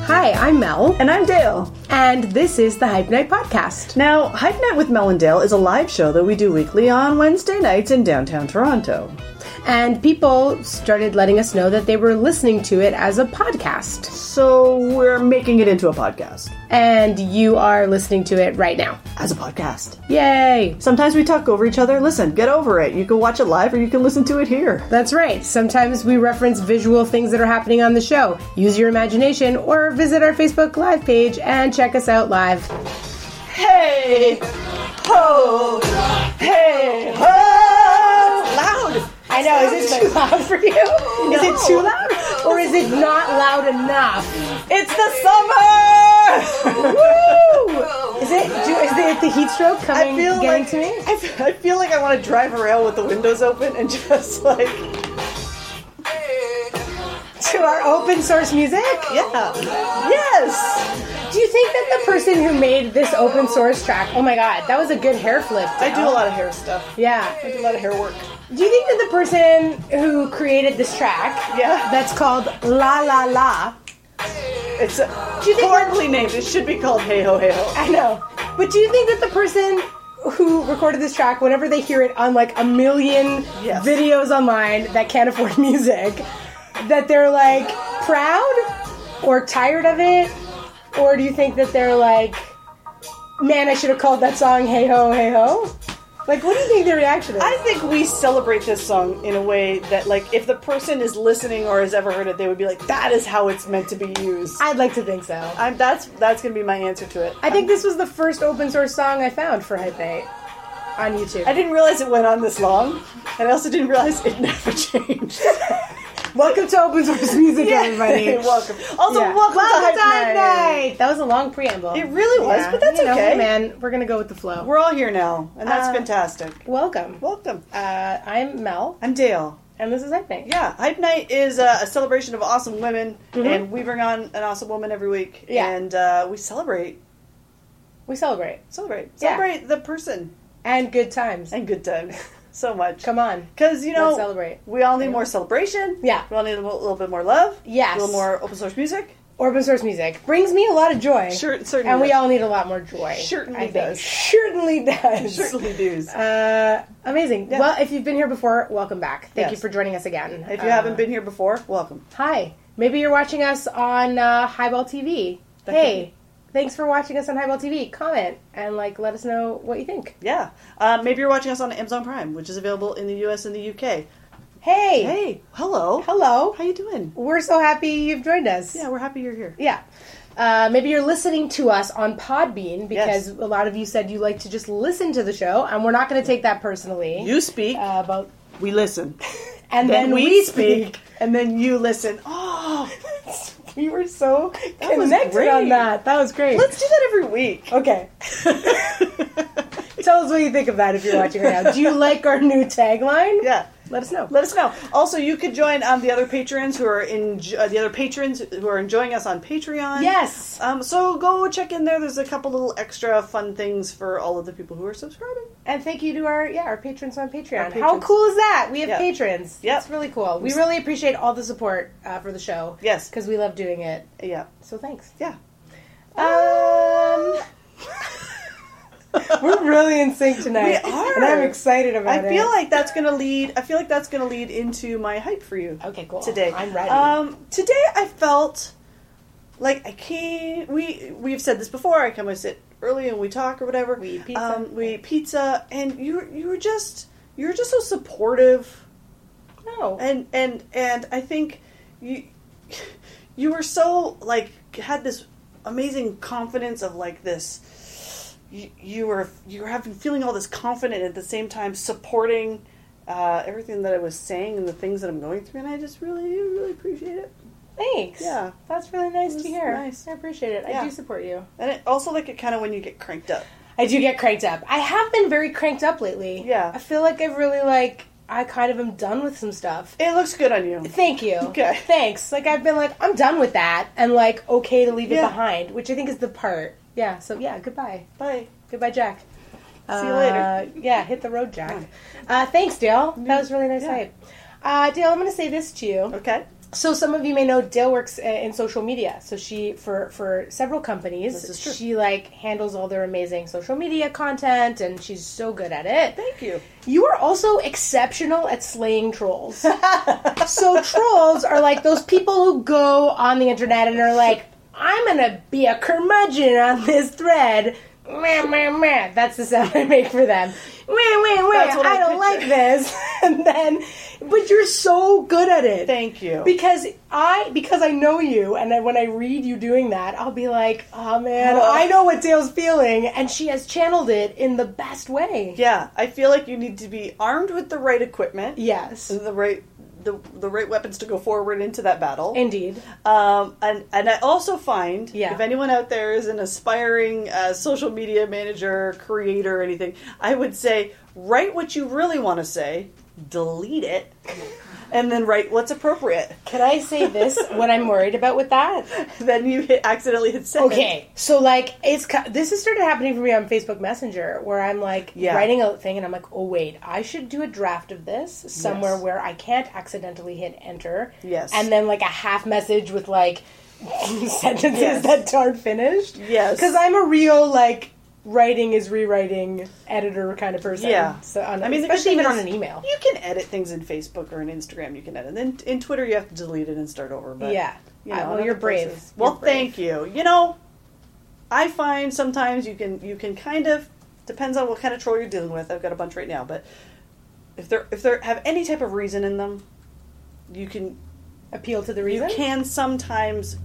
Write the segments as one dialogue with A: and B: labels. A: Hi, I'm Mel,
B: And I'm Dale.
A: and this is the Hype Night Podcast.
B: Now, Hype Night with Mel and Dale is a live show that we do weekly on Wednesday nights in downtown Toronto.
A: And people started letting us know that they were listening to it as a podcast.
B: So we're making it into a podcast.
A: And you are listening to it right now.
B: As a podcast.
A: Yay!
B: Sometimes we talk over each other. Listen, get over it. You can watch it live or you can listen to it here.
A: That's right. Sometimes we reference visual things that are happening on the show. Use your imagination or visit our Facebook Live page and check us out live.
B: Hey! Ho! Hey! Ho! Loud!
A: I know, is it too loud for you? Is it too loud? Or is it not loud enough?
B: It's the summer!
A: Woo! Is it, do, is it the heat stroke coming,
B: I feel
A: getting
B: like
A: to me?
B: I, f- I feel like I want to drive around with the windows open and just like
A: To our open source music?
B: yeah yes
A: Do you think that the person who made this open source track, oh my god, that was a good hair flip.
B: I do a lot of hair stuff I
A: Yeah.
B: do a lot of hair work
A: Do you think that the person who created this track,
B: Yeah.
A: that's called La La La,
B: it's a,
A: Do you think-
B: horribly named it should be called hey ho hey ho
A: I know. But do you think that the person who recorded this track, whenever they hear it on like a million
B: Yes.
A: videos online that can't afford music, that they're like proud or tired of it? Or do you think that they're like, man, I should have called that song Hey Ho, Hey Ho? Like, what do you think their reaction is?
B: I think we celebrate this song in a way that like if the person is listening or has ever heard it they would be like that is how it's meant to be used
A: I'd like to think so.
B: I'm, that's that's gonna be my answer to it
A: I think this was the first open source song I found for Hype Night on YouTube.
B: I didn't realize it went on this long and I also didn't realize it never changed
A: Welcome to open source music, everybody.
B: welcome also
A: Yeah.
B: welcome, to Hype
A: Hype
B: Night.
A: That was a long preamble.
B: It really was,
A: Yeah.
B: but that's
A: You know,
B: okay.
A: hey, man, we're gonna go with the flow.
B: We're all here now, and that's
A: Uh,
B: fantastic.
A: Welcome.
B: Welcome.
A: Uh, I'm Mel,
B: I'm Dale.
A: and this is Hype Night.
B: Yeah, Hype Night is uh, a celebration of awesome women, and we bring on an awesome woman every week,
A: Mm-hmm. Yeah.
B: and uh, we celebrate,
A: We celebrate
B: celebrate,
A: Yeah.
B: celebrate the person
A: and good times.
B: and good times so much.
A: Come on.
B: Because you know,
A: Let's celebrate.
B: we all need more celebration.
A: Yeah.
B: we all need a little, little bit more love.
A: Yes.
B: a little more open source music.
A: Open source music brings me a lot of joy.
B: Sure, certainly.
A: And we all need a lot more joy.
B: Certainly
A: I think.
B: does.
A: Certainly does.
B: certainly does.
A: Uh, amazing.
B: Yeah.
A: Well, if you've been here before, welcome back. Thank
B: Yes.
A: you for joining us again.
B: if you
A: Uh,
B: haven't been here before, welcome.
A: Hi. Maybe you're watching us on uh, Highball TV.
B: That could
A: hey, thanks for watching us on Highball TV. Comment and like let us know what you think.
B: Yeah, uh, maybe you're watching us on Amazon Prime, which is available in the U.S. and the U.K.
A: Hey.
B: Hey, hello,
A: Hello.
B: How you doing?
A: We're so happy you've joined us.
B: Yeah, we're happy you're here.
A: Yeah. Uh, maybe you're listening to us on Podbean because
B: Yes.
A: a lot of you said you like to just listen to the show, and we're not going to take that personally.
B: You speak,
A: uh, about
B: we listen.
A: and then, we, speak.
B: and then you listen. Oh,
A: We were so
B: was
A: connected
B: great.
A: on that. That was great.
B: let's do that every week.
A: okay. Tell us what you think of that if you're watching right now. Do you like our new tagline?
B: yeah.
A: Let us know.
B: Let us know. Also, you could join um, the other patrons who are in uh, the other patrons who are enjoying us on Patreon.
A: Yes.
B: Um, so go check in there. There's a couple little extra fun things for all of the people who are subscribing.
A: And thank you to our yeah, our patrons on Patreon.
B: Our
A: How
B: patrons.
A: cool is that? We have
B: Yeah.
A: patrons.
B: Yeah.
A: It's really cool. We really appreciate all the support uh, for the show.
B: Yes.
A: Because we love doing it.
B: Yeah.
A: So thanks.
B: Yeah. Ah.
A: Um We're really in sync tonight.
B: We are.
A: And I'm excited about
B: I
A: it.
B: feel like that's gonna lead. I feel like that's gonna lead into my hype for you.
A: Okay, cool.
B: today.
A: I'm ready.
B: Um, today I felt like I can't. We we've said this before. I come, I sit early, and we talk or whatever.
A: We eat pizza.
B: Um, we eat pizza, and you were- you were just you were just so supportive,
A: no.
B: and and and I think you you were so like had this amazing confidence of like this. You, you were you were having feeling all this confident at the same time supporting. Uh, everything that I was saying and the things that I'm going through, and I just really, really appreciate it.
A: Thanks.
B: Yeah.
A: That's really nice
B: This
A: to
B: is
A: hear.
B: nice.
A: I appreciate it. I
B: Yeah.
A: do support you.
B: And it also like it kind of when you get cranked up.
A: I do get cranked up. I have been very cranked up lately.
B: Yeah.
A: I feel like I've really like I kind of am done with some stuff.
B: It looks good on you.
A: Thank you.
B: Okay.
A: Thanks. Like I've been like I'm done with that and like okay to leave it
B: Yeah.
A: behind, which I think is the part. Yeah. So yeah, goodbye.
B: Bye.
A: Goodbye, Jack.
B: See you later.
A: Yeah, hit the road, Jack. Uh, thanks, Dale. That was really nice
B: Yeah.
A: hype. Uh, Dale, I'm going to say this to you.
B: Okay.
A: So some of you may know Dale works uh, in social media. So she for for several companies,
B: This is true.
A: she like handles all their amazing social media content, and she's so good at it.
B: Thank you.
A: You are also exceptional at slaying trolls. so trolls are like those people who go on the internet and are like, "I'm gonna be a curmudgeon on this thread." Meh, meh, meh. That's the sound I make for them. Meh, meh, meh.
B: That's what I
A: I don't like
B: picture.
A: this. and then, but you're so good at it
B: Thank you.
A: because I because I know you, and I, when I read you doing that, I'll be like, oh man,
B: Ugh.
A: I know what Dale's feeling, and she has channeled it in the best way.
B: yeah, I feel like you need to be armed with the right equipment,
A: Yes,
B: the right the the right weapons to go forward into that battle.
A: indeed.
B: Um, and and I also find
A: Yeah.
B: if anyone out there is an aspiring uh, social media manager, creator, or anything, I would say write what you really want to say, delete it, and then write what's appropriate.
A: Can I say this? what I'm worried about with that?
B: Then you hit, accidentally hit send.
A: Okay, so like it's ki- this has started happening for me on Facebook Messenger, where I'm like
B: Yeah.
A: writing a thing, and I'm like, oh wait, I should do a draft of this somewhere
B: Yes.
A: where I can't accidentally hit enter.
B: Yes.
A: and then like a half message with like sentences
B: Yes.
A: that aren't finished.
B: Yes.
A: Because I'm a real like writing is rewriting editor kind of person.
B: Yeah.
A: So on,
B: I mean, the good
A: especially
B: thing
A: even
B: is
A: on an email.
B: You can edit things in Facebook or in Instagram. You can edit. Then in Twitter, you have to delete it and start over. But
A: Yeah.
B: you
A: Uh,
B: know,
A: well,
B: in
A: you're
B: other
A: brave.
B: places-
A: You're
B: Well, thank you. You know, I find sometimes you can you can kind of depends on what kind of troll you're dealing with. I've got a bunch right now, but if they're if they are have any type of reason in them, you can
A: Appeal to the
B: you
A: reason.
B: can sometimes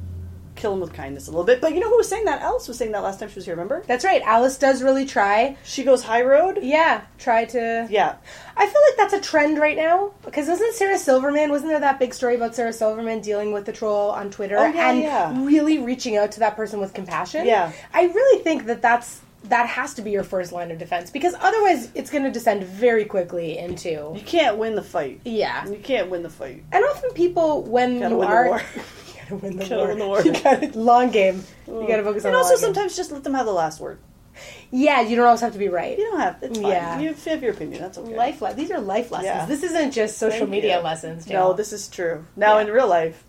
B: kill them with kindness a little bit. But you know who was saying that? Alice was saying that last time she was here. Remember?
A: That's right. Alice does really try.
B: She goes high road.
A: Yeah, try to.
B: Yeah.
A: I feel like that's a trend right now because wasn't Sarah Silverman? Wasn't there that big story about Sarah Silverman dealing with the troll on Twitter
B: Oh, yeah,
A: and
B: yeah.
A: really reaching out to that person with compassion?
B: Yeah.
A: I really think that that's that has to be your first line of defense because otherwise it's going to descend very quickly into
B: You can't win the fight.
A: yeah.
B: You can't win the fight.
A: And often people when
B: Gotta
A: you
B: win the
A: are
B: war.
A: you gotta win the
B: Gotta
A: war,
B: win the war.
A: you gotta long game. You gotta focus on
B: And
A: the long
B: also
A: game.
B: sometimes just let them have the last word.
A: yeah, you don't always have to be right.
B: You don't have. It's fine.
A: Mm, Yeah.
B: You have your opinion. That's okay.
A: Life, le- these are life lessons.
B: Yeah.
A: This isn't just social
B: Thank
A: media
B: you.
A: lessons. Dale.
B: No, this is true. Now
A: Yeah.
B: in real life,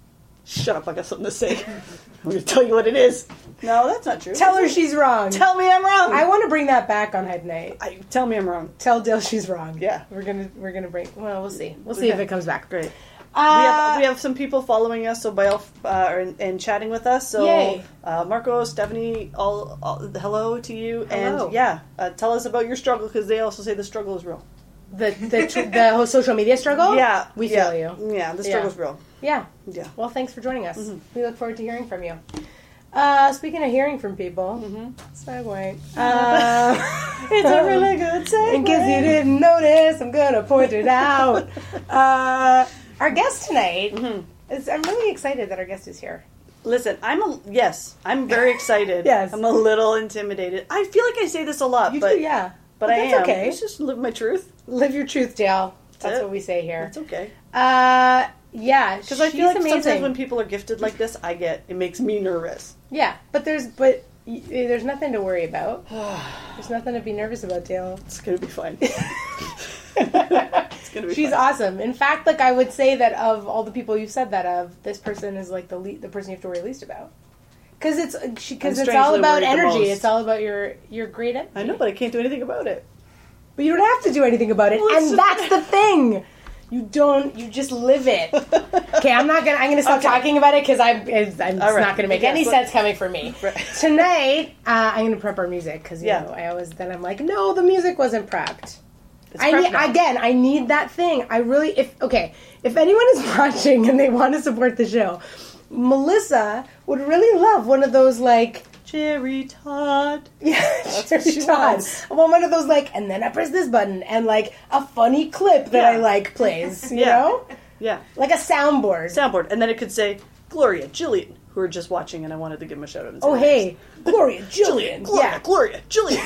B: shut up. I got something to say. I'm going to tell you what it is. No, that's not true.
A: Tell her she's wrong.
B: Tell me I'm wrong.
A: I want to bring that back on Hype Night.
B: I- tell me I'm wrong.
A: Tell Dale she's wrong.
B: Yeah.
A: we're gonna we're gonna bring. Well, we'll see. We'll see if
B: Okay.
A: it comes back.
B: Great.
A: Uh,
B: we have we have some people following us, so by all uh, and, and chatting with us. So
A: Yay.
B: uh, Marco, Stephanie, all, all hello to you,
A: Hello.
B: and yeah, uh, tell us about your struggle because they also say the struggle is real.
A: the the, tr- the whole social media struggle.
B: yeah,
A: Oh. we
B: yeah,
A: feel you. Mm-hmm.
B: Yeah, the
A: Yeah.
B: struggle's real.
A: Yeah.
B: Yeah.
A: Well, thanks for joining us. We look forward to hearing from you. Uh, speaking of hearing from people, Mm-hmm. segue. Uh,
B: It's a really good segue.
A: In case you didn't notice, I'm gonna point it out. Uh, our guest tonight is. I'm really excited that our guest is here.
B: Listen, I'm a yes. I'm very excited.
A: Yes.
B: I'm a little intimidated. I feel like I say this a lot,
A: You
B: but
A: do, yeah.
B: but I
A: that's
B: am.
A: okay.
B: Let's just live my truth.
A: Live your truth, Dale. That's
B: it.
A: what we say here.
B: That's okay.
A: Uh, yeah,
B: Because I feel like
A: amazing.
B: sometimes when people are gifted like this, I get it makes me nervous.
A: yeah, but there's but y- there's nothing to worry about. there's nothing to be nervous about, Dale.
B: It's gonna be fine. it's gonna be.
A: She's
B: fine.
A: awesome. In fact, like I would say that of all the people you said that of, this person is like the le- the person you have to worry least about. Because it's because it's
B: strangely
A: all about
B: worried the
A: energy.
B: most.
A: It's all about your your great energy.
B: I know, but I can't do anything about it.
A: But you don't have to do anything about it,
B: Well,
A: and
B: it's-
A: that's the thing. You don't. You just live it. Okay, I'm not gonna. I'm gonna stop talking about it because I'm. It's, I'm, it's
B: All right.
A: not gonna make
B: Yes,
A: any
B: but-
A: sense coming from me.
B: Right.
A: Tonight, uh, I'm gonna prep our music because you
B: Yeah.
A: know I always. Then I'm like, no, the music wasn't prepped.
B: It's
A: I
B: prep
A: need,
B: now.
A: again, I need that thing. I really, if okay, if anyone is watching and they want to support the show, Melissa would really love one of those like
B: Cherry Todd.
A: yeah,
B: what
A: Cherry
B: she
A: Todd.
B: wants.
A: I want one of those like, and then I press this button, and like a funny clip that I
B: Yeah.
A: like plays, you
B: Yeah.
A: know,
B: Yeah,
A: like a soundboard.
B: soundboard, and then it could say Gloria, Jillian, who are just watching, and I wanted to give them a shout out. and say
A: oh
B: thanks.
A: hey, Gloria, Jillian,
B: Gloria,
A: yeah.
B: Gloria, Jillian,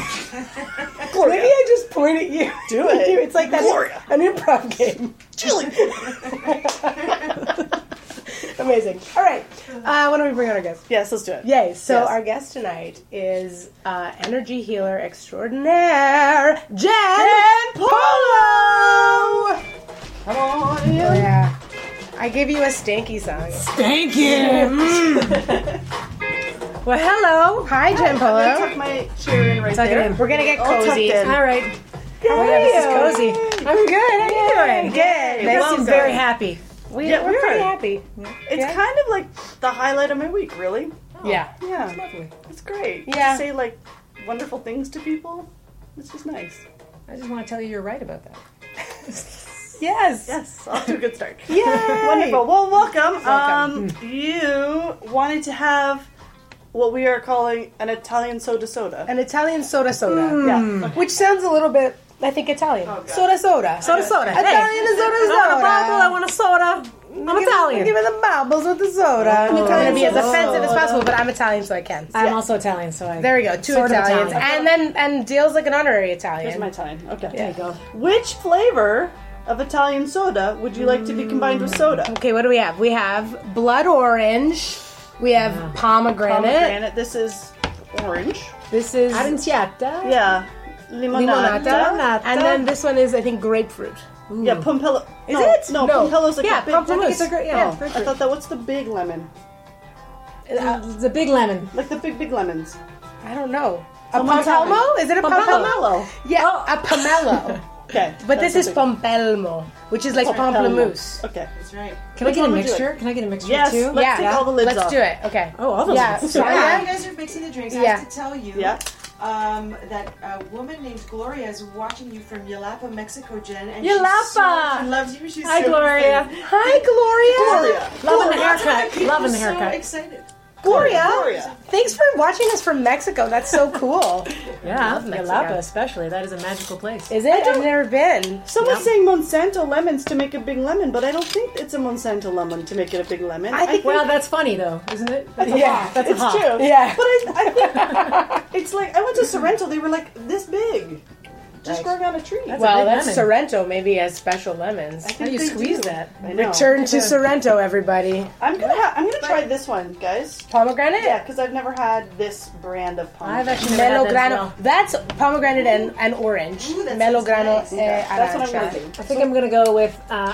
B: Gloria.
A: Maybe I just point at you.
B: Do it.
A: You- It's like that.
B: Gloria.
A: An improv game.
B: Jillian.
A: Amazing. All right. Uh, why don't we bring on our guest?
B: yes, let's do it.
A: Yay. So
B: Yes.
A: our guest tonight is uh, energy healer extraordinaire, Jen, Polo.
B: Come on in.
A: Yeah. I give you a stanky song. Mm.
C: Thank you.
A: Well, hello. Hi, Jen
B: I'm gonna
A: Polo.
B: tuck my chair in right
A: Tuck it
B: there.
A: in. We're gonna get
B: All tucked
A: cozy.
B: in.
A: All right. Oh my God, this is cozy. I'm good. How are you doing?
B: Yay.
A: They
B: Welcome.
A: seem very happy. We,
B: Yeah,
A: we're,
B: we are.
A: pretty happy.
B: It's
A: Yeah.
B: kind of like the highlight of my week, really.
A: Yeah.
B: Yeah,
C: Lovely.
B: it's great.
A: Yeah.
B: To say like wonderful things to people. It's just nice.
C: I just want to tell you you're right about that.
A: Yes.
B: Yes, off to a good start.
A: Yay.
B: Wonderful. Well, welcome.
A: Welcome. Hmm.
B: Um, you wanted to have what we are calling an Italian soda soda.
A: An Italian soda soda.
B: Yeah. Okay.
A: Which sounds a little bit, I think, Italian.
B: Oh, God.
A: soda soda.
C: Soda, soda. Hey.
A: Italian is soda soda.
C: I want a bubble. I want a soda. I'm
A: Give- Give
C: Italian.
A: me the marbles with the soda. I'm trying to be as
B: soda.
A: offensive as possible, but I'm Italian, so I can.
C: I'm also Italian, so I.
A: There we go. Two
C: Sort of
A: Italians, and
C: Italian.
A: then and Dale's like an honorary
B: Here's
A: Italian.
B: my time. Okay.
C: There you go.
B: Which flavor of Italian soda would you like to be combined with soda?
A: okay, what do we have? We have blood orange. We have pomegranate.
B: Pomegranate. This is orange.
A: This is
C: Aranciata.
B: Yeah.
A: limonata.
B: Limonata.
C: Limonata.
A: and then this one is I think grapefruit.
B: Yeah, pompello. Is
A: it?
B: No,
A: No.
B: pompello's like
A: Yeah,
B: a big
A: pompello
C: I think it's a great. Yeah,
B: Oh,
C: great
B: I
C: fruit.
B: thought that. What's the big lemon? Mm.
C: Uh, the big lemon.
B: Like the big, big lemons.
A: I don't know. A
B: Someone tell me.
A: pompelmo? Is it a
C: Pompelmo.
A: pompelmo?
B: Pomelo.
A: Yeah,
B: Oh.
A: a pomelo.
B: Okay.
A: But this
B: that's the
A: is
B: big-
A: pompelmo, which is like pamplemousse.
B: Okay.
D: That's right.
C: Can I
B: Which
C: get a
B: one would you
C: mixture? Can I get a mixture
B: Yes,
C: too?
B: let's
A: yeah,
B: take all the lids
A: let's
B: off.
A: do it. Okay.
C: Oh, all those.
A: Yeah.
C: ones.
A: So-
D: While
A: Yeah.
D: you guys are mixing the drinks, I
A: Yeah.
D: have to tell you
B: Yeah.
D: um, that a woman named Gloria is watching you from Yalapa, Mexico, Jen. And She's
C: Yalapa!
D: so, she loves you. She's
C: Hi,
D: so
C: Gloria.
A: Hi, Gloria.
B: Gloria.
C: Loving the
D: excited.
C: haircut.
D: People
C: Loving the
D: so
C: haircut.
D: excited.
A: Gloria.
B: Gloria.
A: Thanks for watching us from Mexico. That's so cool.
C: Yeah,
A: Love Mexico.
C: Yalapa especially. That is a magical place.
A: Is it? I've never been.
B: Someone's saying Monsanto lemons to make a big lemon, but I don't think it's a Monsanto lemon to make it a big lemon.
A: I think-
C: Well, that's funny though, isn't it? That's a
A: Yeah,
C: hop. That's
B: it's
C: a hop.
B: true.
A: Yeah.
B: But I, I think it's like I went to Sorrento. They were like this big, just growing on a tree.
C: That's a
A: well,
C: big
A: that's
C: lemon.
A: Sorrento maybe has special lemons.
C: How do you
B: They
C: squeeze
B: do.
C: that?
B: I know.
A: Return to Sorrento, everybody.
B: I'm gonna ha- I'm gonna try this one, guys.
A: Pomegranate?
B: Yeah, because I've never had this brand of
C: I've
B: pomegranate.
C: actually never had that as
A: Melograno.
C: well.
A: That's pomegranate and, and orange.
D: Ooh, that sounds
A: Melograno
D: nice.
A: eh,
B: That's what I'm
A: arancia.
B: gonna do.
C: I think I'm gonna go with uh,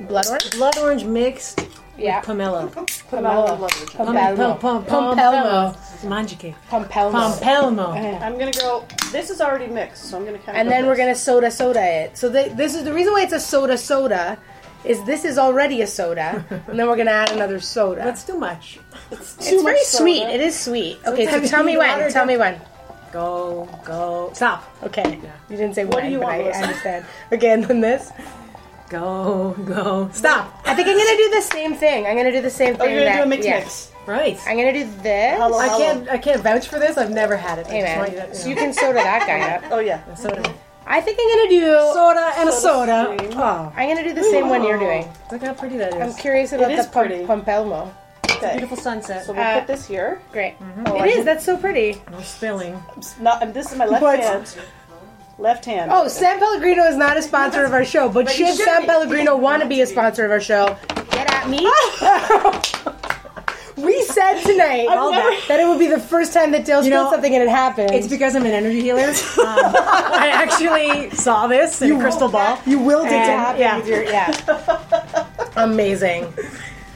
A: Blood orange?
C: blood orange mixed
A: Yeah.
C: with pomelo.
B: Pomelo and
A: Pomelo.
B: blood orange.
C: Pom-
A: Pompelmo.
C: pom- pom-
A: Pompelmo.
C: Manjique.
A: Pompelmo.
C: Pompelmo.
B: I'm gonna go. This is already mixed, so I'm gonna kind of.
A: And then we're gonna soda soda it. So the, this is the reason why it's a soda soda. Is this is already a soda, and then we're gonna add another soda.
C: That's too much.
A: it's very sweet. It is sweet. Okay, so
C: Sometimes
A: tell
C: you
A: me
C: need
A: when.
C: water
A: Tell
C: to-
A: me when.
C: Go, go, stop.
A: Okay, you didn't say
B: What
A: when,
B: do you
A: but
B: want,
A: I,
B: Melissa?
A: I understand. Okay, and then this.
C: Go, go, stop.
A: I think I'm gonna do the same thing. I'm gonna do the same
B: Oh,
A: thing.
B: you're gonna
A: that-
B: do a mix
A: yeah.
B: mix.
C: Right.
A: I'm gonna do this.
B: Hello.
C: I can't. I can't vouch for this. I've never had it. I
A: Hey
C: just want you
A: man,
C: to-
A: so you can soda that guy up.
B: Oh yeah.
C: soda,
A: I think I'm gonna do.
C: soda, and a soda. Oh,
A: I'm gonna do the same one you're doing.
C: look how pretty that
A: I'm
C: is.
A: curious about
B: is
A: the pom-
B: pretty.
A: pompelmo.
B: Okay.
C: Beautiful sunset.
B: So we'll
A: Uh,
B: put this here. Oh,
A: Great.
B: Mm-hmm.
A: It is. That's so pretty.
C: No spilling.
B: Not, and this is my left
A: What?
B: hand. Left hand.
A: Oh, San Pellegrino is not a sponsor of our show, but, should
D: should
A: San
D: be.
A: Pellegrino want to be a sponsor of our show, get at me. we said tonight all
B: never-
A: that, that it would be the first time that Dale
C: You
A: spilled
C: know,
A: something and it happened.
C: It's because I'm an energy healer. Um, I actually saw this in a crystal ball.
A: you willed it to
C: And-
A: happen.
C: yeah.
A: with your- yeah. Amazing.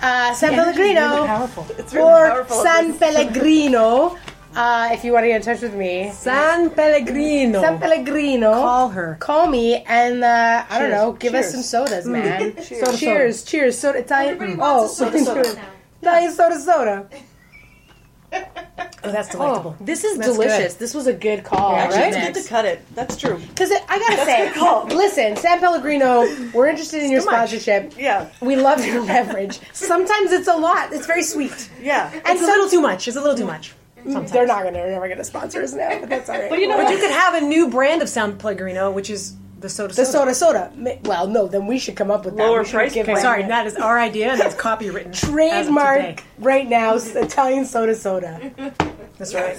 A: Uh, San
C: Really
A: Pellegrino
C: powerful.
A: or
B: powerful.
A: San Pellegrino, uh, if you want to get in touch with me.
C: San Pellegrino.
A: San Pellegrino.
C: Call her.
A: Call me and uh, I don't know. Give us
B: Cheers.
A: some
B: Hmm.
A: sodas, man.
B: Cheers.
A: cheers, cheers. Soda Italian.
D: Everybody wants
A: oh,
D: a soda soda now.
A: Italian soda soda.
C: Oh, that's delectable.
A: this is
C: That's
A: delicious. This was a good call,
C: Yeah,
B: Actually,
A: right?
B: it's good to cut it. That's true.
A: Because I gotta say, listen, San Pellegrino, we're interested in your
C: too much.
A: sponsorship.
B: Yeah.
A: We love your beverage. Sometimes it's a lot. It's very sweet.
B: Yeah.
A: And
C: It's a little Mm, too much. It's a little too much.
A: some, they're not gonna, they're never gonna sponsor us now, but that's all right.
B: But you know
C: But
B: what?
C: you could have a new brand of San Pellegrino, which is the soda.
A: the soda soda. Ma- Well, no, then we should come up with that.
B: Lower
A: We should
B: price
A: give
B: point.
A: it-
C: Sorry, that is our idea, and it's copywritten.
A: Trademark right now, s- Italian soda soda.
C: That's right.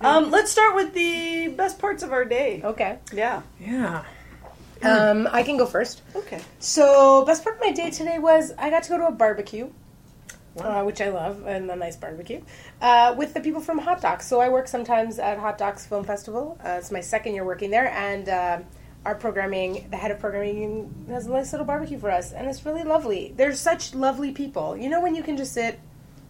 B: Um, let's start with the best parts of our day.
A: Okay.
B: Yeah.
C: Yeah.
B: Hmm.
A: Um, I can go first.
B: Okay.
A: So, best part of my day today was I got to go to a barbecue, uh, which I love, and a nice barbecue, uh, with the people from Hot Docs. So, I work sometimes at Hot Docs Film Festival. Uh, it's my second year working there, and uh, our programming, the head of programming, has a nice little barbecue for us, and it's really lovely. They're such lovely people. You know when you can just sit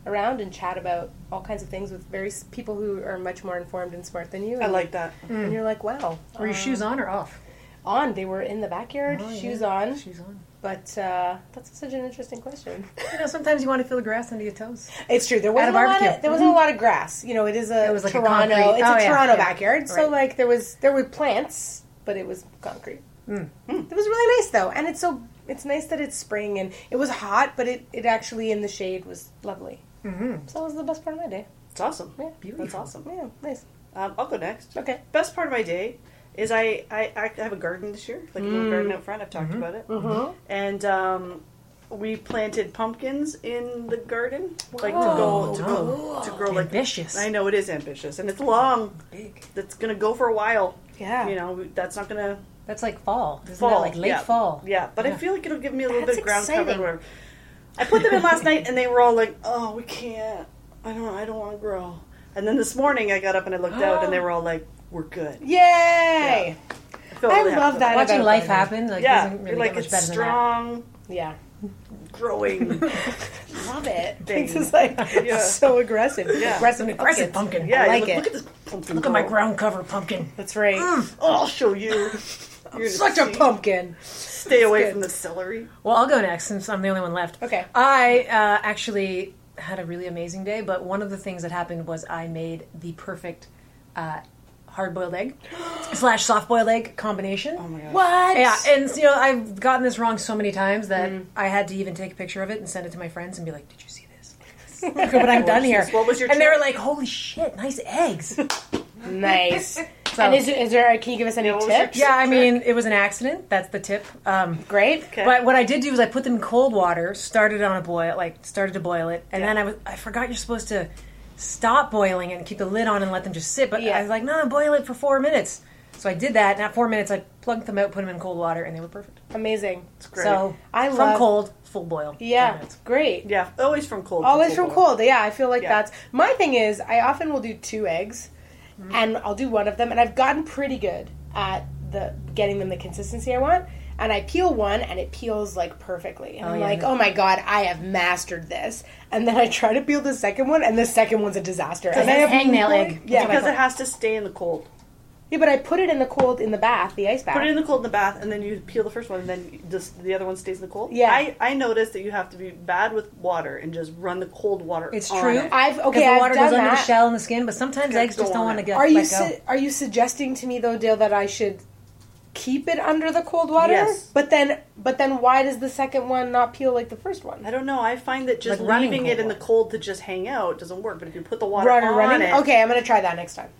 A: around and chat about all kinds of things with very s- people who are much more informed and smart than you.
B: I
A: and-
B: like that. Hmm.
A: and you're like, wow.
C: Were your shoes on or off?
A: On they were in the backyard,
C: Oh,
A: shoes
C: yeah.
A: on.
C: Shoes on.
A: But uh, that's such an interesting question.
C: You know, sometimes you want to feel the grass under your toes.
A: It's true. There wasn't a, lot
C: barbecue.
A: of there wasn't a lot of grass. You know, it is a
C: It was like a
A: Toronto.
C: concrete-
A: it's
C: oh,
A: a
C: yeah,
A: Toronto
C: yeah.
A: backyard. So
C: Right.
A: like there was there were plants, but it was concrete. Mm. It was really nice though, and it's so it's nice that it's spring and it was hot, but it it actually in the shade was lovely. Mm-hmm. So that was the best part of my day.
B: It's awesome.
A: Yeah.
B: That's
C: Beautiful.
B: awesome.
A: Yeah, nice.
B: Um, I'll go next.
A: Okay.
B: Best part of my day is I I, I have a garden this year, like a little
C: Mm.
B: garden out front. I've
C: Mm-hmm.
B: talked about it,
A: Mhm.
B: and um, we planted pumpkins in the garden, like to
C: Wow.
B: go to go to grow like.
C: Ambitious.
B: I know it is ambitious, and it's long.
C: Big.
B: That's gonna go for a while.
A: Yeah.
B: You know that's not gonna
C: That's like fall. Isn't
B: fall.
C: that like late
B: yeah.
C: fall?
B: Yeah, but I
C: Yeah.
B: feel like it'll give me a little
A: That's
B: bit of ground cover.
A: exciting.
B: or Whatever. I put them in last night, and they were all like, "Oh, we can't. I don't. I don't want to grow." And then this morning, I got up and I looked out, and they were all like, "We're good."
A: Yay!
B: I, feel
A: I
B: really happy
A: love
B: about
A: that.
C: Watching
A: about
C: life
A: gardening.
C: happen, like
B: Yeah,
C: doesn't really
B: like
C: get much
B: it's
C: better
B: strong,
A: Yeah,
B: growing.
A: love it.
B: Thing.
A: It's just like
B: Yeah.
A: so aggressive.
B: Yeah.
A: Aggressive,
C: than that. Aggressive
A: pumpkins.
C: pumpkin.
B: yeah,
A: I
B: you
A: like
B: look,
A: it.
B: Look at this pumpkin.
C: Look at my
B: grow.
C: ground cover pumpkin.
A: That's right.
B: Oh, I'll show you. You're
A: Mm, Such a pumpkin.
B: Stay away
A: good.
B: from the celery.
C: Well, I'll go next since I'm the only one left.
A: Okay.
C: I uh, actually had a really amazing day, but one of the things that happened was I made the perfect uh, hard boiled egg slash soft boiled egg combination. Oh my
A: What?
C: Yeah, and you know I've gotten this wrong so many times that
B: Mm-hmm.
C: I had to even take a picture of it and send it to my friends and be like, "Did you see this?" Look at this. But I'm done here.
B: What was your
C: And they
B: trick?
C: were like, "Holy shit, nice eggs!"
A: Nice. and is, is there? Can you give us any
B: was your
A: tips?
C: yeah, I mean, it was an accident. That's the tip. Um,
A: Great.
C: But what I did do was I put them in cold water, started on a boil, like started to boil it, and then I was I forgot you're supposed to stop boiling and keep the lid on and let them just sit. But
A: Yeah.
C: I was like, no, boil it for four minutes. So I did that, and at four minutes, I plugged them out, put them in cold water, and they were perfect.
A: Amazing.
B: Great.
C: So
A: I
C: from
A: love-
C: cold full boil. four
A: Yeah.
C: minutes.
A: Great.
B: yeah, always from cold. to
A: Always from
B: boil.
A: cold. Yeah, I feel like
B: Yeah.
A: that's my thing. Is I often will do two eggs, and I'll do one of them, and I've gotten pretty good at the getting them the consistency I want. And I peel one, and it peels like perfectly. And I'm
C: yeah.
A: like, oh my god, I have mastered this. And then I try to peel the second one, and the second one's a disaster. And I
C: that's
A: have no-
C: hangnail egg.
A: Yeah,
B: because it has to stay in the cold.
A: yeah, but I put it in the cold in the bath, the ice bath.
B: Put it in the cold in the bath, and then you peel the first one, and then just the other one stays in the cold.
A: Yeah.
B: I, I noticed that you have to be bad with water and just run the cold water.
C: It's
B: on
C: true.
B: it.
A: I've okay.
C: Because the
A: I've
C: water
A: done
C: goes
A: that.
C: under the shell and the skin, but sometimes
B: Yeah,
C: eggs just
B: go
C: don't
B: on
C: want to
B: it.
C: get.
A: Are you
C: let go.
A: su- are you suggesting to me though, Dale, that I should keep it under the cold water?
B: Yes.
A: But then, but then, why does the second one not peel like the first one?
B: I don't know. I find that just
C: Like running
B: leaving
C: cold
B: it in the
C: water.
B: cold to just hang out doesn't work. But if you put the water
A: Running,
B: on
A: running.
B: it,
A: Okay, I'm gonna try that next time.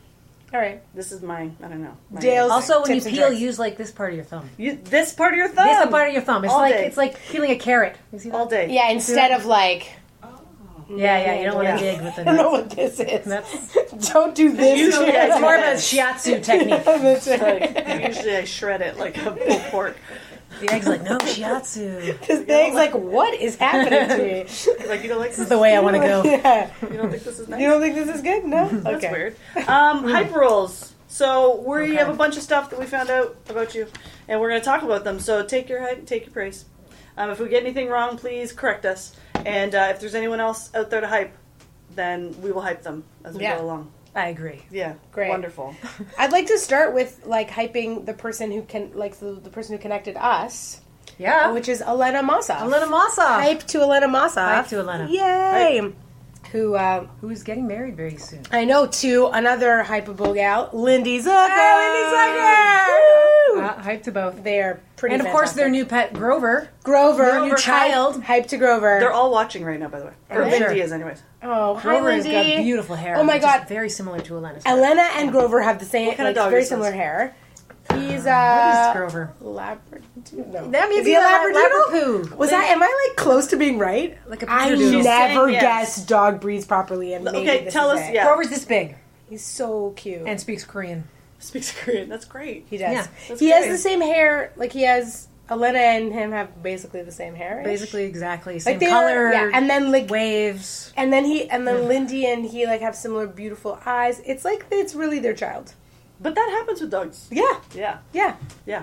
A: All right.
B: This is my I don't know. my-
A: Dale's-
C: also, when you
A: Tips and
C: peel,
A: tricks. Oh,
C: use like this part of your thumb.
B: You, this part of your thumb.
C: This part of your thumb. It's
B: All
C: like
B: day.
C: it's like peeling a carrot. You see that?
B: all day.
A: Yeah. Instead of like,
C: Yeah, yeah. You don't want
B: Yeah.
C: to dig with the
A: I don't know
C: nuts.
A: what this is.
C: That's-
A: don't do this.
B: Usually I
C: It's
B: do
C: more of
B: that.
C: a shiatsu technique.
A: That's right.
B: Like, usually I shred it like a pulled pork.
C: The egg's like, no, shiatsu.
A: This thing's like, what is happening to me?
B: Like you don't like this.
C: The way I want to go.
A: yeah.
B: You don't think this is nice.
A: You don't think this is good? No.
B: That's
A: okay.
B: weird. Um, hype rolls. So we
C: Okay.
B: have a bunch of stuff that we found out about you, and we're going to talk about them. So take your hype, take your praise. Um, if we get anything wrong, please correct us. And uh, if there's anyone else out there to hype, then we will hype them as we
A: Yeah.
B: go along.
C: I agree.
B: Yeah,
A: Great.
B: wonderful.
A: I'd like to start with like hyping the person who can like the, the person who connected us,
C: Yeah.
A: which is Elena Massa.
C: Alena Massa.
A: Hype to Elena Massa.
C: Hype Ah. to Elena.
A: Yay! Who uh,
C: Who's getting married very soon.
A: I know to another hypeable gal, Lindy Zucker. Lindy
C: Uh, hype to both.
A: They are pretty.
C: And of course,
A: fantastic.
C: their new pet, Grover.
A: Grover,
C: their new
A: hype-
C: child.
A: hype to Grover.
B: They're all watching right now, by the way. Or
C: they?
B: Lindy
C: Sure.
B: is, anyways.
A: oh, hi,
C: Grover has
A: Lindy.
C: got beautiful hair.
A: Oh my
C: which is
A: God.
C: Very similar to Elena's. hair.
A: Elena and Grover have the same,
B: kind of
A: like,
B: dog
A: very
B: is this?
A: similar hair. He's
C: What
A: uh,
C: is Grover?
A: Labradoodle. No.
C: That means
A: Is he a
C: he's a
A: Labradoodle?
C: Labradoodle.
A: Was I? Am I like close to being right?
C: Like a
A: I
C: Labradoodle. She's
A: never
B: saying yes.
A: guessed dog breeds properly, and maybe
B: Okay,
A: this
B: tell
A: is
B: us,
A: it.
B: yeah.
C: Grover's this big
A: He's so cute.
C: and speaks Korean.
B: Speaks Korean. That's great.
A: He does.
C: Yeah,
A: he has
B: great.
A: the same hair. Like he has Elena and him have basically the same hair.
C: Basically, exactly. Same
A: like they
C: color.
A: Are, yeah, and then like
C: waves.
A: and then he and then Lindy and he like have similar beautiful eyes. It's like it's really their child.
B: But that happens with dogs.
A: Yeah,
B: Yeah,
A: yeah.
B: yeah.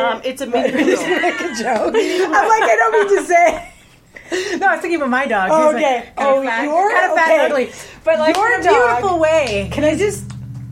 B: Um, it's a mini poodle.
A: Make a joke. I'm like, I don't mean to say.
C: No, I was thinking about my dog.
A: Oh,
C: He's
A: okay.
C: like kind
A: Oh,
C: of fat,
A: your-
C: kind of fat and
A: okay.
C: ugly, but like
A: Your
C: in a
A: dog-
C: beautiful way.
A: Can I just?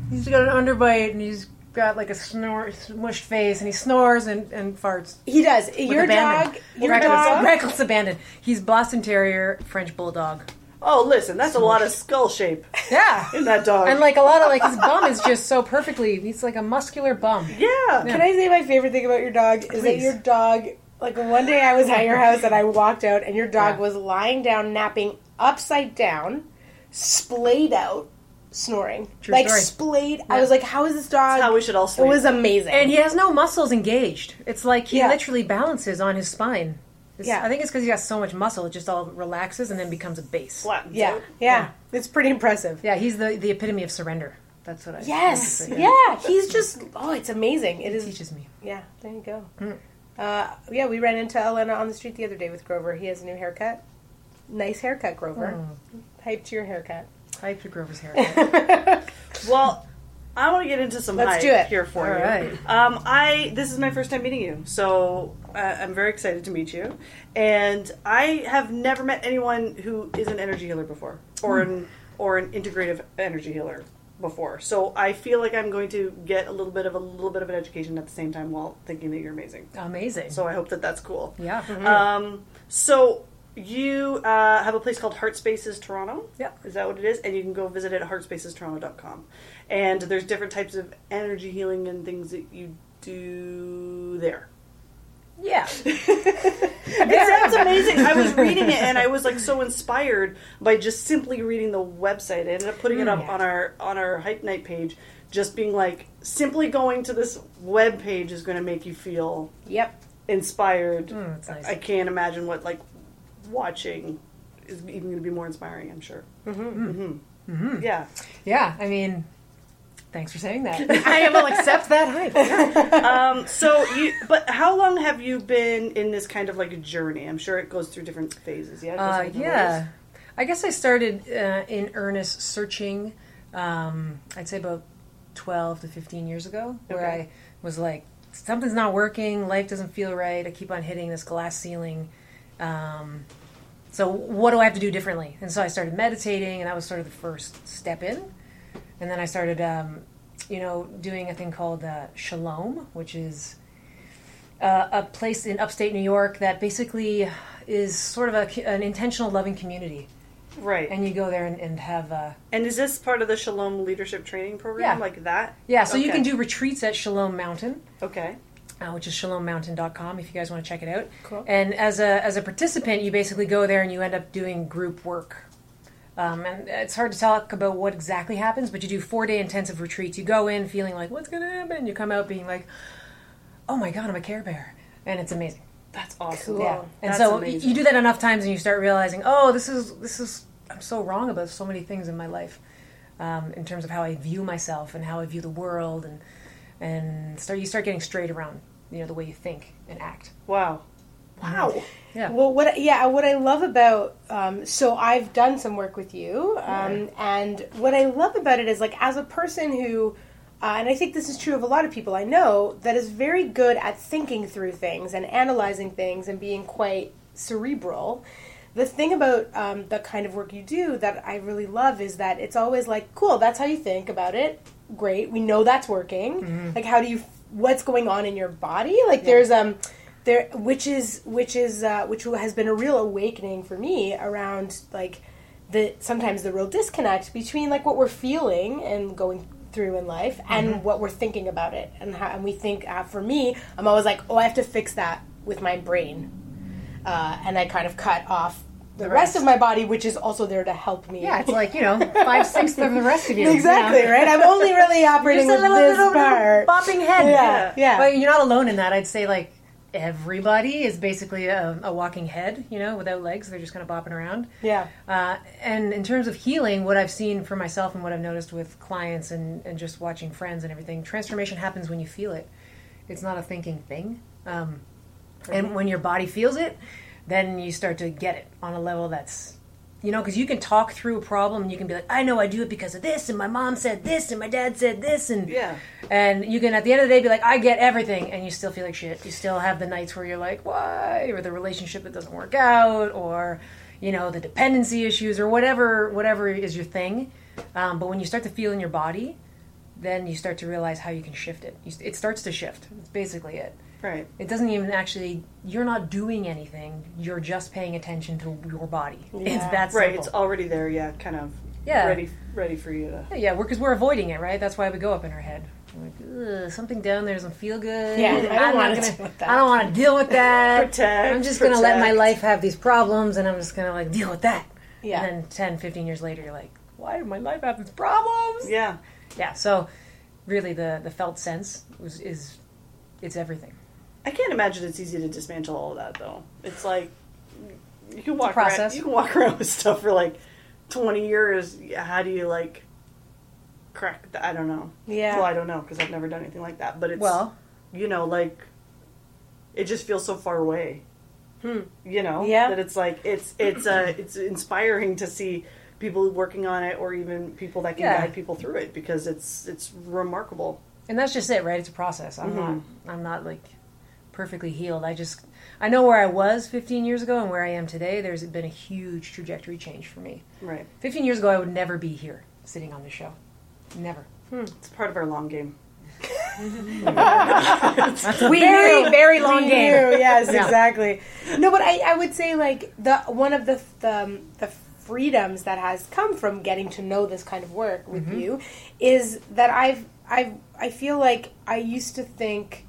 C: He's got an underbite and he's got like a snort, smushed face, and he snores and, and farts.
A: He does.
C: with
A: your
C: abandon.
A: dog. Your
C: reckless,
A: dog.
C: reckless abandon. He's Boston Terrier, French bulldog.
B: Oh, listen, that's a lot of skull shape
C: Yeah,
B: in that dog.
C: and like a lot of like his bum is just so perfectly. He's like a muscular bum.
B: yeah.
A: Can I say my favorite thing about your dog is that
C: Please.
A: your dog? Like one day I was at your house and I walked out and your dog
C: Yeah.
A: was lying down napping upside down, splayed out, snoring.
C: True
A: like
C: story.
A: splayed. I
C: Yeah.
A: was like, how is this dog?
B: That's how we should all
A: it
B: sleep.
A: was amazing.
C: And he has no muscles engaged. It's like he
A: Yeah.
C: literally balances on his spine. It's-
A: Yeah.
C: I think it's because he got so much muscle, it just all relaxes and then becomes a base.
B: Flattened
A: yeah,
B: out.
A: yeah, it's pretty impressive.
C: Yeah, he's the, the epitome of surrender. That's what I
A: Yes,
C: Yeah.
A: yeah, he's just oh, it's amazing. It
C: He
A: is
C: teaches me. Hmm.
A: Yeah, there you go. Uh, yeah, we ran into Elena on the street the other day with Grover. He has a new haircut. Nice haircut, Grover.
C: Hmm.
A: Hype to your haircut.
C: I took Grover's hair.
B: Well, I want to get into some
A: Let's
B: hype
A: do it.
B: here for
C: All
B: you.
C: right.
B: Um, I this is my first time meeting you, so uh, I'm very excited to meet you. And I have never met anyone who is an energy healer before, or
A: Hmm.
B: an or an integrative energy healer before. So I feel like I'm going to get a little bit of a little bit of an education at the same time while thinking that you're amazing.
C: Amazing.
B: So I hope that that's cool.
C: yeah.
A: Mm-hmm.
B: Um, so you uh, have a place called Heart Spaces Toronto.
C: Yeah.
B: Is that what it is? And you can go visit it at heartspacestoronto.com. And there's different types of energy healing and things that you do there.
C: yeah.
B: It sounds amazing. I was reading it and I was like so inspired by just simply reading the website. I ended up putting it
C: Mm,
B: up on our on our hype night page, just being like simply going to this web page is going to make you feel
A: Yep.
B: inspired.
C: Hmm, that's nice.
B: I can't imagine what like watching is even going to be more inspiring. I'm sure. Mm-hmm. Mm-hmm. Yeah.
C: Yeah, I mean, thanks for saying that. I will accept that hype.
B: Um, so you, but how long have you been in this kind of like a journey? I'm sure it goes through different phases. Yeah. It goes
C: Uh,
B: through different
C: yeah.
B: ways.
C: I guess I started uh, in earnest searching, um, I'd say about 12 to 15 years ago, where
B: Okay.
C: I was like, something's not working, life doesn't feel right, I keep on hitting this glass ceiling. Um, so, what do I have to do differently? And so I started meditating, and that was sort of the first step in. And then I started, um, you know, doing a thing called uh, Shalom, which is uh, a place in upstate New York that basically is sort of a, an intentional loving community.
B: Right. And,
C: And you go there and, and have, uh,
B: is this part of the Shalom Leadership Training Program?
C: Yeah.
B: Like that?
C: yeah, so you
B: Okay.
C: can do retreats at Shalom Mountain.
B: Okay.
C: Uh, which is shalommountain.com if you guys want to check it out.
A: Cool.
C: And as a, as a participant, you basically go there and you end up doing group work. Um, and it's hard to talk about what exactly happens, but you do four day intensive retreats. You go in feeling like, what's going to happen? You come out being like, oh my God, I'm a Care Bear. And it's amazing.
B: That's awesome.
A: Cool.
B: Yeah.
C: And
B: That's
C: so y-
B: amazing.
C: you do that enough times, and you start realizing, oh, this is this is I'm so wrong about so many things in my life, um, in terms of how I view myself and how I view the world, and and start you start getting straight around, you know, the way you think and act.
B: wow.
A: Wow.
C: Yeah.
A: Well, what yeah, what I love about um, so I've done some work with you, um, and what I love about it is like as a person who, uh, and I think this is true of a lot of people I know that is very good at thinking through things and analyzing things and being quite cerebral. The thing about um, the kind of work you do that I really love is that it's always like, cool, that's how you think about it. Great, we know that's working. Like, how do you? What's going on in your body? Like, there's um there which is which is uh, which has been a real awakening for me around like the sometimes the real disconnect between like what we're feeling and going through in life and what we're thinking about it and how and we think uh, for me I'm always like oh I have to fix that with my brain uh, and I kind of cut off the, rest. of my body which is also there to help me
C: Yeah, it's like you know five sixths of the rest of you. you
A: exactly
C: know?
A: right I'm only really operating
C: Just a
A: with
C: little,
A: this
C: little, little
A: part
C: bopping head.
A: yeah yeah
C: But you're not alone in that. I'd say like everybody is basically a, a walking head, you know, without legs. They're just kind of bopping around.
A: yeah
C: Uh, and in terms of healing, what I've seen for myself and what I've noticed with clients and, and just watching friends and everything, transformation happens when you feel it. It's not a thinking thing. Um, and when your body feels it, then you start to get it on a level that's You know, because you can talk through a problem and you can be like, I know I do it because of this, and my mom said this, and my dad said this, and
B: Yeah.
C: and you can at the end of the day be like, I get everything, and you still feel like shit. You still have the nights where you're like, why, or the relationship that doesn't work out, or you know the dependency issues, or whatever whatever is your thing. Um, but when you start to feel in your body, then you start to realize how you can shift it. You, it starts to shift. That's basically it.
B: Right.
C: It doesn't even actually. You're not doing anything. You're just paying attention to your body. It's that simple.
B: Right. It's already there. Yeah. Kind of.
C: Yeah.
B: Ready. Ready for you to.
C: yeah, because we're, avoiding it, right? That's why we go up in our head. We're like, Ugh, something down there doesn't feel good.
A: Yeah, I don't
C: I'm not
A: wanna
C: gonna-
A: deal with that.
C: I don't want to deal with that.
B: Protect,
C: I'm just going to let my
B: protect.
C: life have these problems, and I'm just going to like deal with that.
A: Yeah.
C: And then 10, 15 years later, you're like, why did my life have these problems?
B: Yeah.
C: Yeah, so really, the the felt sense was, is it's everything.
B: I can't imagine it's easy to dismantle all of that though. It's like you can walk
C: process.
B: around. You can walk around with stuff for like twenty years. How do you like crack? The, I don't know.
A: Yeah.
B: Well, I don't know because I've never done anything like that. But it's
C: Well,
B: you know, like it just feels so far away. You know,
A: Yeah.
B: That it's like it's it's uh it's inspiring to see people working on it, or even people that can
C: Yeah.
B: guide people through it, because it's it's remarkable.
C: and that's just it right it's a process i'm
B: Mm-hmm.
C: not i'm not like perfectly healed i just i know where i was 15 years ago and where i am today there's been a huge trajectory change for me
B: Right.
C: 15 years ago i would never be here sitting on this show never
B: It's part of our long game.
A: we
C: very,
A: knew.
C: very long
A: We
C: game.
A: knew, Yes,
C: Yeah.
A: exactly. No, but I, I would say like the one of the the, um, the freedoms that has come from getting to know this kind of work with
C: Mm-hmm.
A: you is that I've I've I feel like I used to think.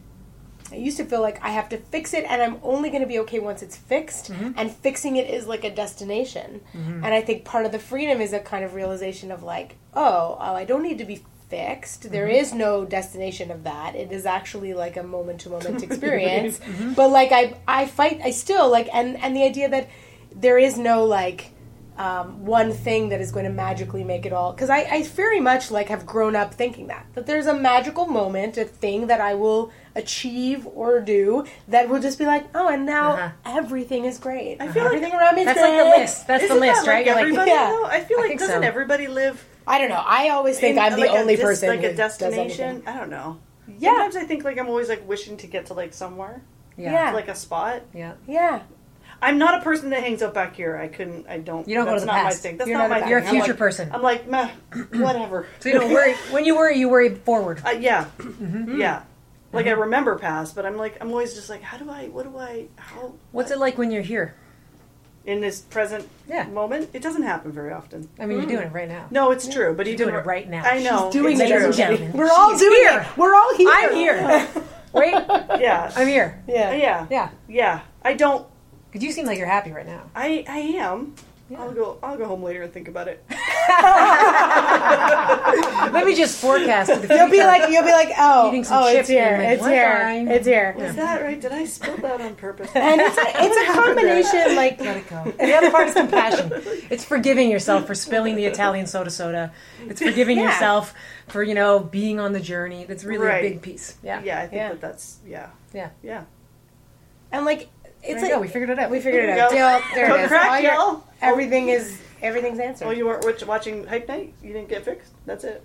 A: I used to feel like I have to fix it and I'm only going to be okay once it's fixed. And fixing it is like a destination. And I think part of the freedom is a kind of realization of like, oh, oh I don't need to be fixed. There is no destination of that. It is actually like a moment to moment experience. But like I I fight I still like and and the idea that there is no like um, one thing that is going to magically make it all because I, I very much like have grown up thinking that that there's a magical moment a thing that i will achieve or do that will just be like oh and now
C: Uh-huh.
A: everything is great i
B: feel like
A: everything around me is
C: that's like the
A: great.
C: list that's
B: Isn't
C: the list
B: that
C: right
B: Like
C: You're
B: everybody,
A: Yeah.
B: though? I feel
C: I
B: like
C: think
B: doesn't
C: so.
B: everybody live
A: i don't know i always think
B: in,
A: i'm the
B: like, a
A: only
B: dis-
A: person
B: like
A: who
B: a
A: does
B: destination?
A: anything.
B: I don't know.
A: Yeah.
B: Sometimes I think like I'm always like wishing to get to like somewhere,
C: yeah
A: Yeah.
B: like a spot.
C: yeah
A: yeah
B: I'm not a person that hangs out back here. I couldn't. I don't.
C: You don't go
B: that's
C: to the
B: not
C: past.
B: my thing. That's
A: You're
B: not,
A: not a
B: my.
A: back-
C: you're a
B: thing.
C: future
B: I'm like,
C: person
B: I'm like, meh, whatever.
C: so you don't Mm-hmm. worry when you worry you worry forward
B: Uh, yeah, Mm-hmm. yeah. Like
C: Mm-hmm.
B: I remember past, but I'm like, I'm always just like, how do I? What do I? How?
C: what's it like when you're here
B: in this present
C: Yeah.
B: moment? It doesn't happen very often.
C: i mean you're doing it right now
B: Mm. No, it's true. But you're
C: doing it right now.
B: I know.
C: She's doing
B: it's
C: it,
B: true.
C: isn't she? Gentlemen,
A: we're all
C: she's
A: doing
C: here.
A: it we're all here
C: i'm here wait
B: Yeah,
C: i'm here
A: yeah
B: Yeah,
C: yeah
B: yeah. I don't.
C: because you seem like you're happy right now
B: I I am. I'll go. I'll go home later and think about it.
C: Let me just forecast. to The
A: You'll be
C: future.
A: like you'll be like oh
C: Eating some
A: oh
C: chips
A: it's here
C: and like,
A: it's
C: what
A: here
C: time?
A: it's here
B: Is that right? Did I spill that on purpose?
A: and it's a, it's a combination like
C: let it go. The other part is compassion. It's forgiving yourself for spilling the Italian soda soda. It's forgiving
A: Yeah.
C: yourself for you know being on the journey. That's really
B: Right.
C: a big piece. Yeah.
B: yeah, I think
A: Yeah.
B: that that's yeah,
C: Yeah.
B: yeah.
A: And like
C: There
A: it's
C: you
A: like
C: go. We figured it out.
A: we figured
B: There
A: it
B: you
A: out.
B: go.
A: Yep, there it
B: Don't
A: is.
B: crack,
A: All your-
B: y'all.
A: everything is everything's
B: Oh,
A: answered.
B: you weren't watch- watching Hype Night. You didn't get fixed. That's it.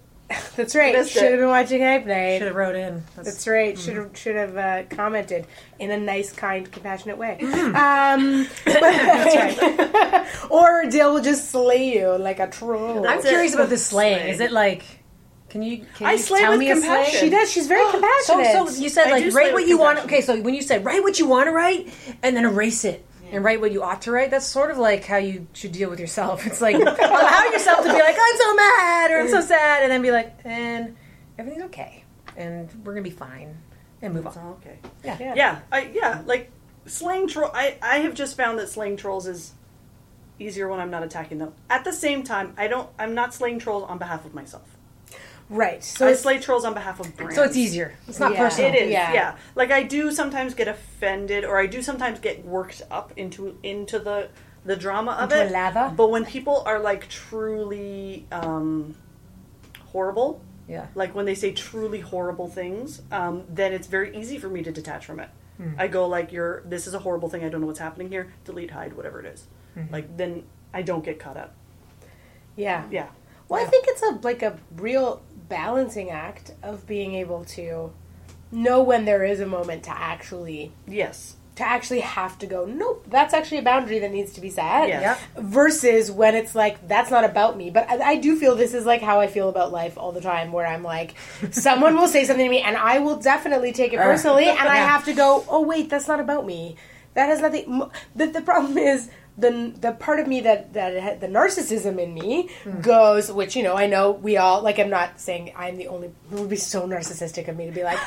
A: That's right.
B: missed
A: Should
B: it.
A: have been watching Hype Night.
C: Should have wrote in. That's,
A: That's right. Should have should have uh, commented in a nice, kind, compassionate way. Um, or Dale will just slay you like a troll.
C: I'm
B: it.
C: curious about this slaying.
B: Slaying.
C: Is it like? Can you? Can
B: I
C: you
B: slay
C: tell
B: with
C: me a slaying?
B: compassion.
A: she does. She's very
C: So,
A: compassionate.
C: so you said
B: I
C: like
B: do slay
C: write what
B: with
C: you want.
B: compassion.
C: Okay, so when you said write what you want to write and then erase it and write what you ought to write, that's sort of like how you should deal with yourself. It's like allow yourself to be like I'm so mad or I'm so sad, and then be like and everything's okay and we're gonna be fine and move on.
B: okay.
C: Yeah.
A: Yeah.
B: Yeah, I, yeah. Like slaying troll. I I have just found that slaying trolls is easier when I'm not attacking them. At the same time, I don't. I'm not slaying trolls on behalf of myself.
A: right. So
B: I
A: it's
B: slay trolls on behalf of brands.
C: So it's easier. It's not
A: Yeah.
C: personal.
B: It is,
A: Yeah.
B: yeah. Like I do sometimes get offended, or I do sometimes get worked up into into the the drama of
C: Into
B: it.
C: lava?
B: But when people are like truly um, horrible,
C: Yeah.
B: like when they say truly horrible things, um, then it's very easy for me to detach from it. I go like, "You're this is a horrible thing. I don't know what's happening here. Delete, hide, whatever it is." Like then. I don't get caught up.
A: Yeah.
B: Yeah.
A: Well, I
B: Yeah.
A: think it's a like a real balancing act of being able to know when there is a moment to actually
B: Yes.
A: to actually have to go. Nope, that's actually a boundary that needs to be set.
B: Yes.
C: Yep.
A: Versus when it's like that's not about me. But I, I do feel this is like how I feel about life all the time, where I'm like, someone will say something to me, and I will definitely take it personally, and I
C: Uh, Yeah.
A: have to go. Oh wait, that's not about me. That has nothing. m- The, the problem is. The, the part of me that that had the narcissism in me
C: Hmm.
A: goes, which you know, I know we all like. I'm not saying I'm the only. It would be so narcissistic of me to be like,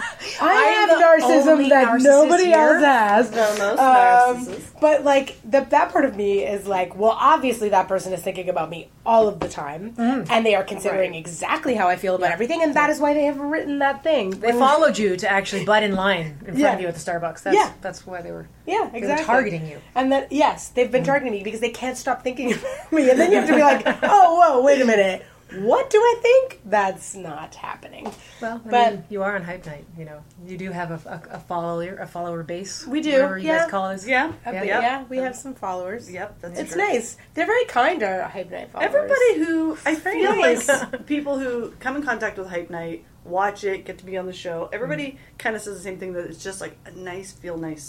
A: I have
C: the
A: narcissism
C: only
A: that
C: narcissist
A: nobody
C: here."
A: else has.
D: The most
A: Um,
D: narcissist.
A: but like the that part of me is like, well, obviously that person is thinking about me all of the time, and they are considering exactly how I feel about everything, and that is why they have written that thing.
C: They followed you to actually butt in line in front
A: Yeah.
C: of you at the Starbucks. That's,
A: Yeah.
C: that's why they were.
A: yeah,
C: were
A: exactly
C: targeting you.
A: and that yes, they've been targeting me because they can't stop thinking about me, and then you have to be like, oh, whoa, wait a minute, what do I think? That's not happening.
C: Well, I
A: But-
C: mean, you are on hype night. You know, you do have a, a, a follower a follower base.
A: We do,
C: Whatever you
A: yeah.
C: guys call us.
B: Yeah.
C: Yeah.
B: Yep.
A: Yeah,
B: Yep.
A: we have some followers.
B: that's
A: It's
B: true.
A: nice. They're very kind, our hype night followers.
B: Everybody who I
A: Very
B: feel
A: nice.
B: like people who come in contact with Hype Night, watch it, get to be on the show. Everybody kind of says the same thing that it's just like a nice, feel nice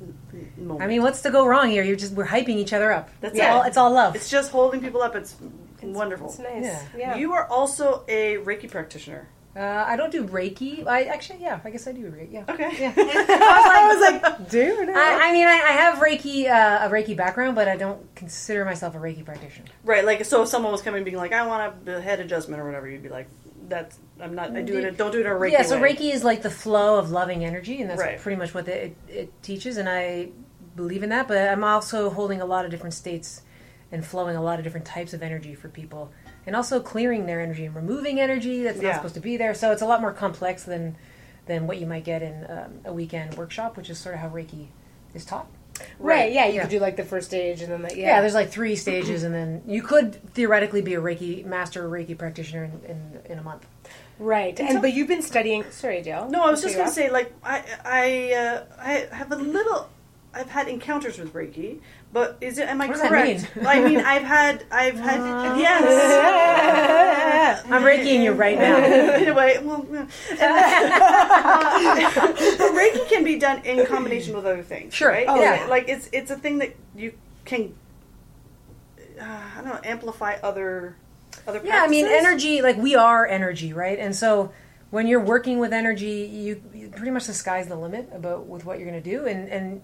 B: m- m- moment.
C: I mean, what's to go wrong here? You're just we're hyping each other up.
B: That's
C: it's
B: it.
C: all. It's all love.
B: it's just holding people up. It's,
A: It's-
B: wonderful.
A: It's nice.
C: Yeah.
A: yeah.
B: You are also a Reiki practitioner.
C: uh, I don't do Reiki. I actually, yeah, I guess I do Reiki. Yeah.
B: Okay.
C: Yeah.
A: I was like, dude.
C: I, I mean, I, I have Reiki uh, a Reiki background, but I don't consider myself a Reiki practitioner.
B: Right. Like, so if someone was coming being like, I want a head adjustment or whatever, you'd be like, that's, I'm not, I do it, don't do it in a Reiki.
C: yeah, so
B: way.
C: Reiki is like the flow of loving energy, and that's
B: Right.
C: pretty much what it, it, it teaches, and I believe in that. But I'm also holding a lot of different states and flowing a lot of different types of energy for people, and also clearing their energy and removing energy that's
B: Yeah.
C: not supposed to be there. So it's a lot more complex than than what you might get in um, a weekend workshop, which is sort of how Reiki is taught.
A: Right. Yeah. You
C: Yeah.
A: could do like the first stage, and then the, yeah.
C: Yeah. there's like three stages, and then you could theoretically be a Reiki master or Reiki practitioner in, in, in a month.
A: right. And but you've been studying. Sorry, Dale.
B: No, I was
A: Cut
B: just
A: you
B: going to
A: off.
B: say, like, I, I, uh, I have a little. I've had encounters with Reiki, but is it? Am I
C: What does that
B: correct?
C: mean? Uh,
B: I mean, I've had, I've had, yes.
C: I'm Reikiing you right now.
B: anyway, well, yeah. And- but Reiki can be done in combination with other things,
C: Sure.
B: right?
C: Oh,
B: Isn't
C: yeah.
B: it? Like it's it's a thing that you can, uh, I don't know, amplify other other.
C: Yeah, I mean,
B: practices?
C: energy, like we are energy, right? And so when you're working with energy, you, you pretty much the sky's the limit about with what you're going to do. And, and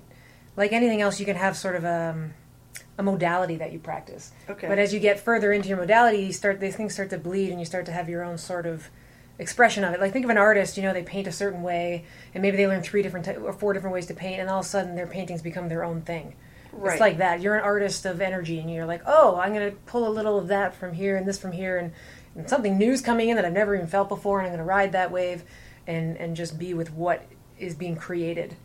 C: like anything else, you can have sort of a, a modality that you practice.
B: Okay.
C: But as you get further into your modality, you start these things start to bleed, and you start to have your own sort of expression of it. Like think of an artist, you know, they paint a certain way, and maybe they learn three different ty- or four different ways to paint, and all of a sudden their paintings become their own thing.
B: Right.
C: It's like that. You're an artist of energy, and you're like, oh, I'm going to pull a little of that from here and this from here, and, and something new's coming in that I've never even felt before, and I'm going to ride that wave, and and just be with what is being created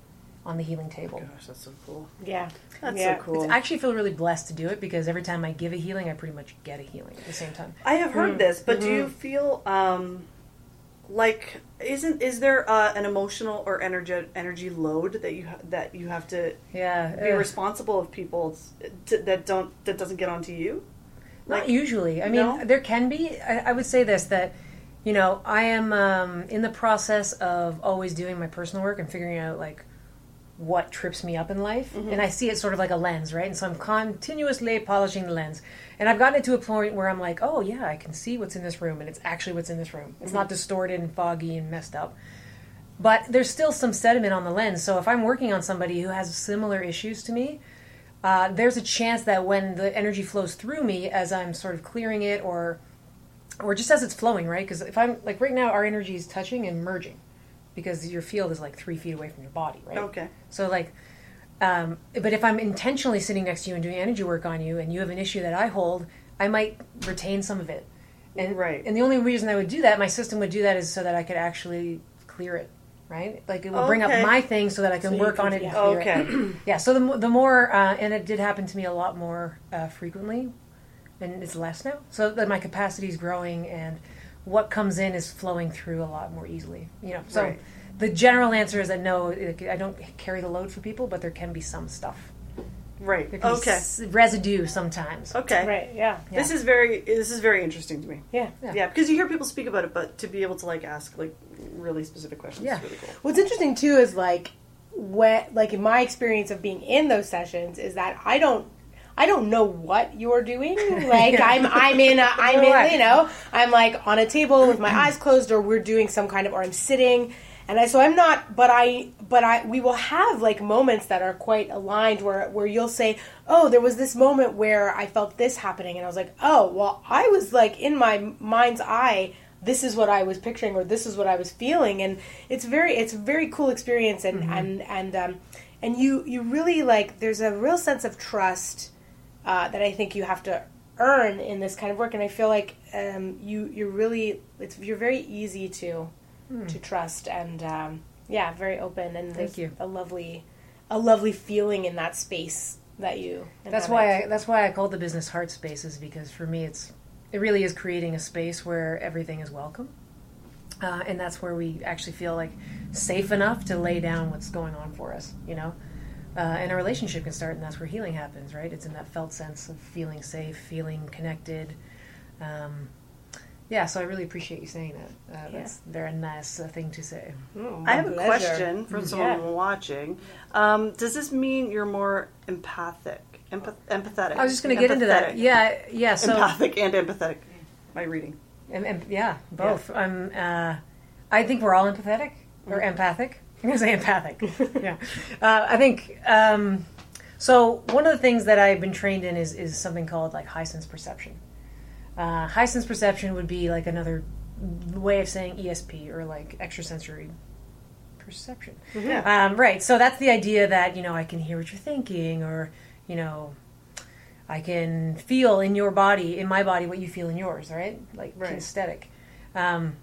C: on the healing table.
B: Gosh, that's so cool.
A: Yeah.
B: That's
A: yeah.
B: so cool.
C: I actually feel really blessed to do it because every time I give a healing, I pretty much get a healing at the same time.
B: I have
C: Hmm.
B: heard this, but do you feel um, like isn't is there uh, an emotional or energy energy load that you ha- that you have to
C: Yeah,
B: be
C: ugh.
B: responsible of people t- that don't that doesn't get onto you?
C: not usually. I mean,
B: No?
C: there can be. I, I would say this that you know I am um, in the process of always doing my personal work and figuring out like what trips me up in life,
B: Mm-hmm.
C: and I see it sort of like a lens, right? And so I'm continuously polishing the lens, and I've gotten it to a point where I'm like, oh yeah, I can see what's in this room, and it's actually what's in this room.
B: Mm-hmm.
C: It's not distorted and foggy and messed up. But there's still some sediment on the lens. So if I'm working on somebody who has similar issues to me, uh, there's a chance that when the energy flows through me as I'm sort of clearing it or or just as it's flowing, right? Because if I'm like right now, our energy is touching and merging because your field is like three feet away from your body, right?
B: Okay.
C: So like, um, but if I'm intentionally sitting next to you and doing energy work on you, and you have an issue that I hold, I might retain some of it. And
B: Right.
C: And the only reason I would do that, my system would do that, is so that I could actually clear it, right? Like it will bring up
B: Okay.
C: my thing so that I can
A: you
C: work
A: can-
C: on it. and
A: yeah.
C: clear it.
B: Okay.
C: Yeah, so the, mo- the more, uh, and it did happen to me a lot more uh, frequently, and it's less now. So that my capacity is growing, and what comes in is flowing through a lot more easily. You know, so
B: Right.
C: the general answer is that no, it, I don't carry the load for people, but there can be some stuff.
B: Right.
C: There can be
B: Okay.
C: s- residue sometimes.
B: Okay.
A: Right. Yeah.
B: This is very this is very interesting to me.
A: Yeah.
C: Yeah.
B: Yeah, because you hear people speak about it, but to be able to like ask like really specific questions
C: Yeah.
B: is really cool.
A: What's interesting too is like when like in my experience of being in those sessions is that I don't I don't know what you're doing. Like
C: Yeah.
A: I'm I'm in a, I'm
C: Right.
A: in you know I'm like on a table with my eyes closed or we're doing some kind of or I'm sitting and I so I'm not but I but I we will have like moments that are quite aligned where where you'll say oh there was this moment where I felt this happening and I was like oh well I was like in my mind's eye this is what I was picturing or this is what I was feeling and it's very it's a very cool experience and and and um, and you you really like there's a real sense of trust uh, that I think you have to earn in this kind of work and I feel like um, you you're really it's you're very easy to
C: Hmm.
A: to trust and um, yeah very open and there's
C: you.
A: a lovely a lovely feeling in that space that you
C: That's why I, that's why I call the business heart spaces because for me it's it really is creating a space where everything is welcome, uh, and that's where we actually feel like safe enough to lay down what's going on for us, you know. Uh, and a relationship can start, and that's where healing happens, right? It's in that felt sense of feeling safe, feeling connected. Um, yeah, so I really appreciate you saying that. Uh, That's very nice uh, thing to say.
B: I have a
A: pleasure.
B: question from someone
A: Yeah.
B: watching. Um, does this mean you're more empathic, empath- empathetic?
C: I was just going to get into that.
B: Empathetic.
C: Yeah, yeah. So
B: empathic and empathetic. My reading.
C: And, and yeah, both. I'm. Uh, I think we're all empathetic or empathic. I'm gonna say empathic. yeah. Uh, I think. Um, so one of the things that I've been trained in is is something called like high sense perception. Uh, high sense perception would be like another way of saying ESP or like extrasensory perception.
B: Mm-hmm.
C: Um, right. So that's the idea that you know I can hear what you're thinking, or you know, I can feel in your body, in my body, what you feel in yours. Right, like
B: Right.
C: kinesthetic. Um,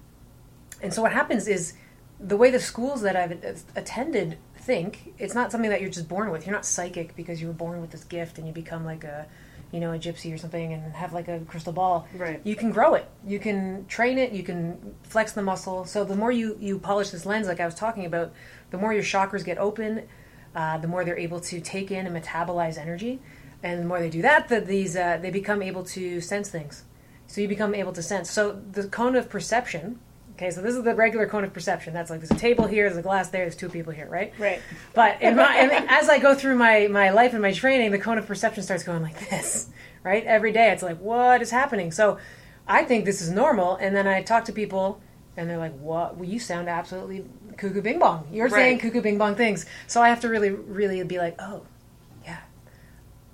C: and so what happens is the way the schools that I've a- attended think it's not something that you're just born with. You're not psychic because you were born with this gift and you become like a you know a gypsy or something and have like a crystal ball.
B: Right.
C: You can grow it. You can train it. You can flex the muscle. So the more you you polish this lens, like I was talking about, the more your chakras get open, uh, the more they're able to take in and metabolize energy, and the more they do that, the, these uh, they become able to sense things. So you become able to sense. So the cone of perception. Okay, so this is the regular cone of perception. That's like there's a table here, there's a glass there, there's two people here, right?
A: right
C: But in my, and as I go through my, my life and my training, the cone of perception starts going like this, right? Every day, it's like, what is happening? So I think this is normal. And then I talk to people, and they're like, what? Well, you sound absolutely cuckoo bing bong. You're saying cuckoo bing bong things. So I have to really, really be like, oh, yeah.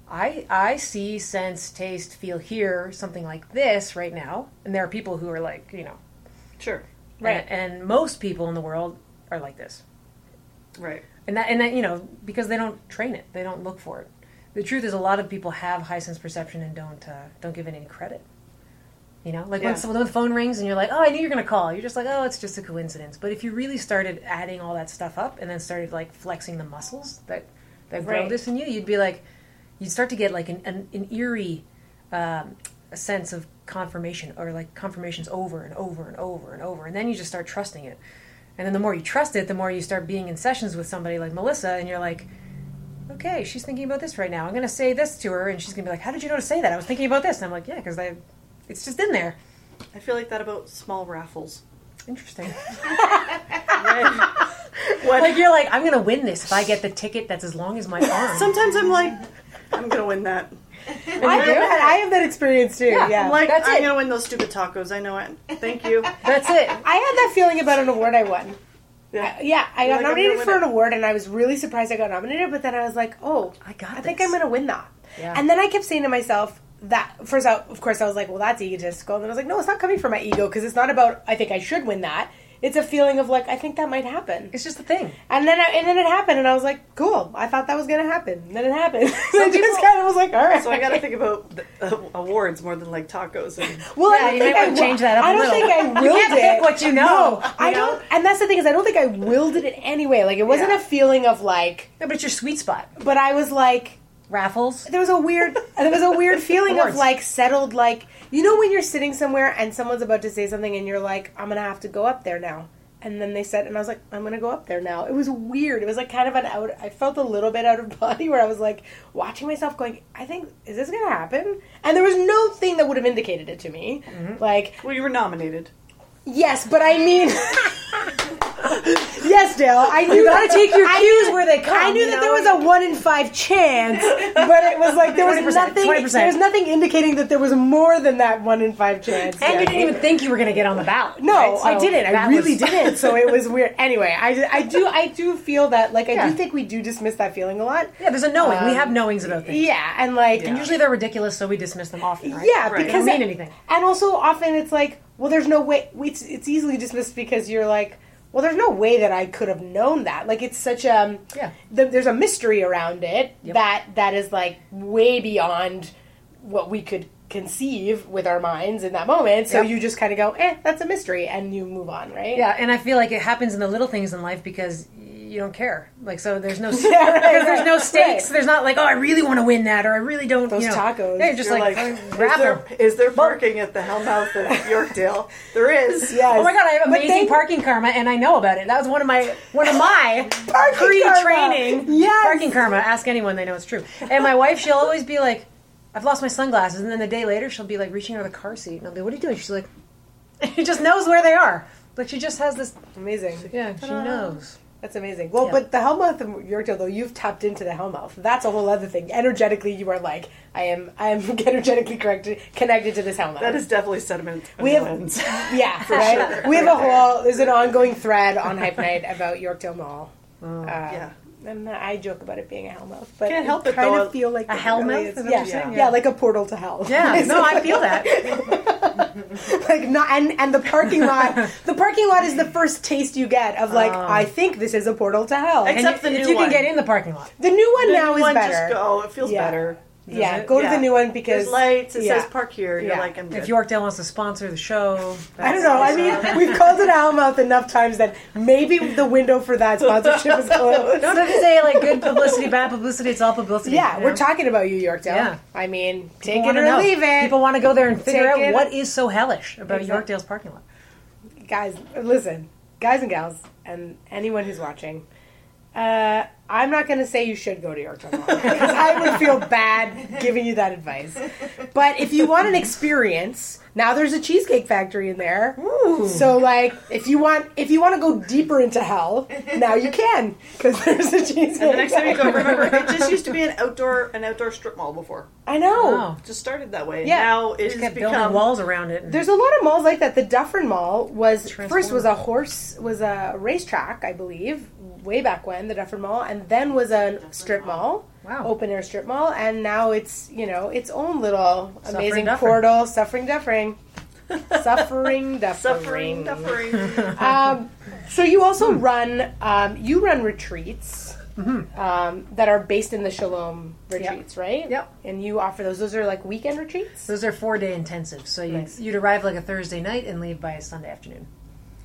C: I, I see, sense, taste, feel, hear something like this right now. And there are people who are like, you know,
B: Sure.
A: Right.
C: And, and most people in the world are like this
B: Right.
C: and that and that you know because they don't train it they don't look for it the truth is a lot of people have high sense perception and don't uh, don't give it any credit you know like
B: Yeah.
C: when someone when the phone rings and you're like oh i knew you're going to call you're just like oh it's just a coincidence but if you really started adding all that stuff up and then started like flexing the muscles that that grow
A: Right.
C: this in you you'd be like you'd start to get like an, an, an eerie um, a sense of confirmation or like confirmations over and over and over and over and then you just start trusting it and then the more you trust it the more you start being in sessions with somebody like melissa and you're like okay she's thinking about this right now i'm going to say this to her and she's going to be like how did you know to say that i was thinking about this and i'm like yeah because i it's just in there
B: I feel like that about small raffles.
C: interesting
B: What?
C: like you're like i'm going to win this if i get the ticket that's as long as my arm
B: Sometimes I'm like, I'm gonna win that.
A: I have that I have that experience too yeah,
B: I'm like,
C: That's
B: I'm
C: it.
B: gonna win those stupid tacos. I know it. Thank you.
C: that's
A: I
C: it
A: had that feeling about an award I won.
B: Yeah.
A: Yeah, I
B: You're
A: got
B: like, I'm
A: nominated
B: gonna
A: for
B: win
A: an award, and I was really surprised I got nominated. But then I was like, oh,
C: I got
A: I think
C: this.
A: I'm gonna win that.
C: Yeah.
A: And then I kept saying to myself that first, out of course, I was like, well, that's egotistical. And then I was like, no, it's not coming from my ego because it's not about I think I should win that. It's a feeling of like I think that might happen.
C: it's just the thing
A: And then I, and then it happened, and I was like, cool. I thought that was gonna happen. And then it happened. So I just
C: people-
A: kind of was like, all right.
B: So I gotta think about the, uh, awards more than like tacos. And,
A: Well,
C: Yeah,
A: I don't
C: you
A: think
C: might
A: I
C: wanna change that up
A: I
C: a
A: don't
C: little.
A: think I
C: You
A: willed
C: can't
A: it.
C: pick what you know,
A: No,
C: you
A: I
C: know?
A: don't. And that's the thing is, I don't think I willed it in any way. Like it wasn't
B: Yeah.
A: a feeling of like,
C: yeah, but it's your sweet spot
A: but I was like,
C: raffles
A: there was a weird, there was a weird feeling of
C: Awards.
A: like settled, like you know when you're sitting somewhere and someone's about to say something and you're like, I'm gonna have to go up there now. and then they said, and I was like, I'm gonna go up there now. It was weird. It was like kind of an out. I felt a little bit out of body where I was like watching myself, going, I think is this gonna happen? And there was no thing that would have indicated it to me. Like
B: Well, you were nominated.
A: Yes, but I mean. yes, Dale. I knew. You
C: gotta take your cues where they come,
A: I knew
C: you
A: that
C: know?
A: there was a one in five chance, but it was like there was
C: 20%,
A: nothing.
C: 20%.
A: There was nothing indicating that there was more than that one in five chance.
C: And you
A: Yeah.
C: didn't even think you were going to get on the ballot.
A: No,
C: right?
A: I
C: So
A: didn't. I
C: that
A: really
C: was-
A: didn't. So it was weird. Anyway, I, I do I do feel that like I
C: Yeah.
A: do think we do dismiss that feeling a lot.
C: Yeah, there's a knowing. we
A: Um,
C: have knowings about things.
A: Yeah, and like
C: And usually they're ridiculous, so we dismiss them often, right?
A: Yeah,
B: Right.
A: because
C: They don't mean anything.
A: And also, often it's like, well, there's no way. It's it's easily dismissed because you're like, well, there's no way that I could have known that. Like, it's such a um,
C: Yeah.
A: The, there's a mystery around it
C: Yep.
A: that that is like way beyond what we could conceive with our minds in that moment. So
C: Yep.
A: you just kind of go, eh, that's a mystery, and you move on, right?
C: Yeah, and I feel like it happens in the little things in life because you don't care. Like, so there's no
A: Yeah, right,
C: because there's no
A: right,
C: stakes. There's not like, oh, I really want to win that, or I really don't.
A: Those
C: you know.
A: tacos.
C: Yeah, you're just
B: You're
C: like, "Oh,
B: like,
C: like
B: is,
C: grab
B: there,
C: them.
B: is there parking at the Hellmouth in Yorkdale? There is.
A: Yes.
C: Oh my god, I have
A: But
C: amazing
A: they-
C: parking karma, and I know about it. That was one of my one of my
A: Parking
C: pre-training
A: karma. Yes.
C: parking karma. Ask anyone, they know it's true. And my wife, she'll always be like, "I've lost my sunglasses," and then the day later, she'll be like reaching out of the car seat, and I'll be, "What are you doing?" She's like, "She just knows where they are." Like she just has this.
A: Amazing.
C: Yeah, she knows.
A: That's amazing. Well,
C: Yeah.
A: but the Hellmouth in Yorkdale, though, you've tapped into the Hellmouth. That's a whole other thing. Energetically, you are like, I am, I am energetically corrected, connected to this Hellmouth.
B: That is definitely sediment.
A: We have-
B: lens.
A: yeah, right. We have a whole. There's an ongoing thread on Hype Night about Yorkdale Mall. Uh,
B: yeah.
A: And I joke about it being a hellmouth, but
B: Can't help
A: I
B: it,
A: kind
B: though.
A: of feel like
C: A
A: it
C: hellmouth?
A: really is.
C: Is that what
A: yeah.
C: you're saying?
A: yeah,
C: Yeah.
A: like a portal to hell.
C: Yeah, no, I feel that.
A: like not and and the parking lot. the parking lot is the first taste you get of like
C: Oh.
A: I think this is a portal to hell.
B: Ex-
C: And
B: Except
C: you-
B: the
C: if
B: new
C: you
B: one.
C: can get in the parking lot.
A: the new one
B: The
A: now
B: new
A: is
B: one
A: better.
B: Just go. It feels
A: Yeah.
B: better.
A: yeah,
C: it?
A: go to
B: Yeah.
A: the new one because
B: There's lights. It
A: yeah.
B: says park here. You're
A: Yeah.
B: like, I'm good.
C: If Yorkdale wants to sponsor the show,
A: I don't know. I mean, we've called it Hellmouth enough times that maybe the window for that sponsorship is closed.
C: Don't have to say like good publicity, bad publicity. It's all publicity.
A: Yeah,
C: you know?
A: we're talking about you, Yorkdale.
C: Yeah.
A: I mean,
C: People
A: take it
C: wanna
A: or
C: know.
A: leave it.
C: People want to go there and figure
A: Take
C: out
A: it.
C: what is so hellish about
A: Exactly.
C: Yorkdale's parking lot.
A: guys, listen, guys and gals, and anyone who's watching. Uh, I'm not going to say you should go to Yorktown Mall because I would feel bad giving you that advice. But if you want an experience, now there's a cheesecake factory in there. So like, if you want, if you want to go deeper into hell, now you can because there's a cheesecake.
B: and the next time you go,
A: factory.
B: remember it just used to be an outdoor an outdoor strip mall before.
A: I know.
C: Wow.
B: Just started that way.
A: Yeah.
B: Now it
C: Just
B: has
C: kept
B: become
C: building walls around it. and-
A: There's a lot of malls like that. The Dufferin Mall was
C: Transformed.
A: first was a horse was a racetrack, I believe, way back when the Dufferin Mall, and then was a strip mall,
C: Wow.
A: open air strip mall, and now it's you know its own little
C: Suffering
A: amazing
C: Dufferin.
A: portal, suffering Dufferin, suffering Dufferin.
B: suffering, suffering.
A: Um, so you also
C: Hmm.
A: run um, you run retreats. Um, that are based in the Shalom retreats, right?
C: Mm-hmm. Yep.
A: And you offer those. Those are like weekend retreats.
C: Those are four day intensives. So you'd,
A: Nice.
C: you'd arrive like a Thursday night and leave by a Sunday afternoon.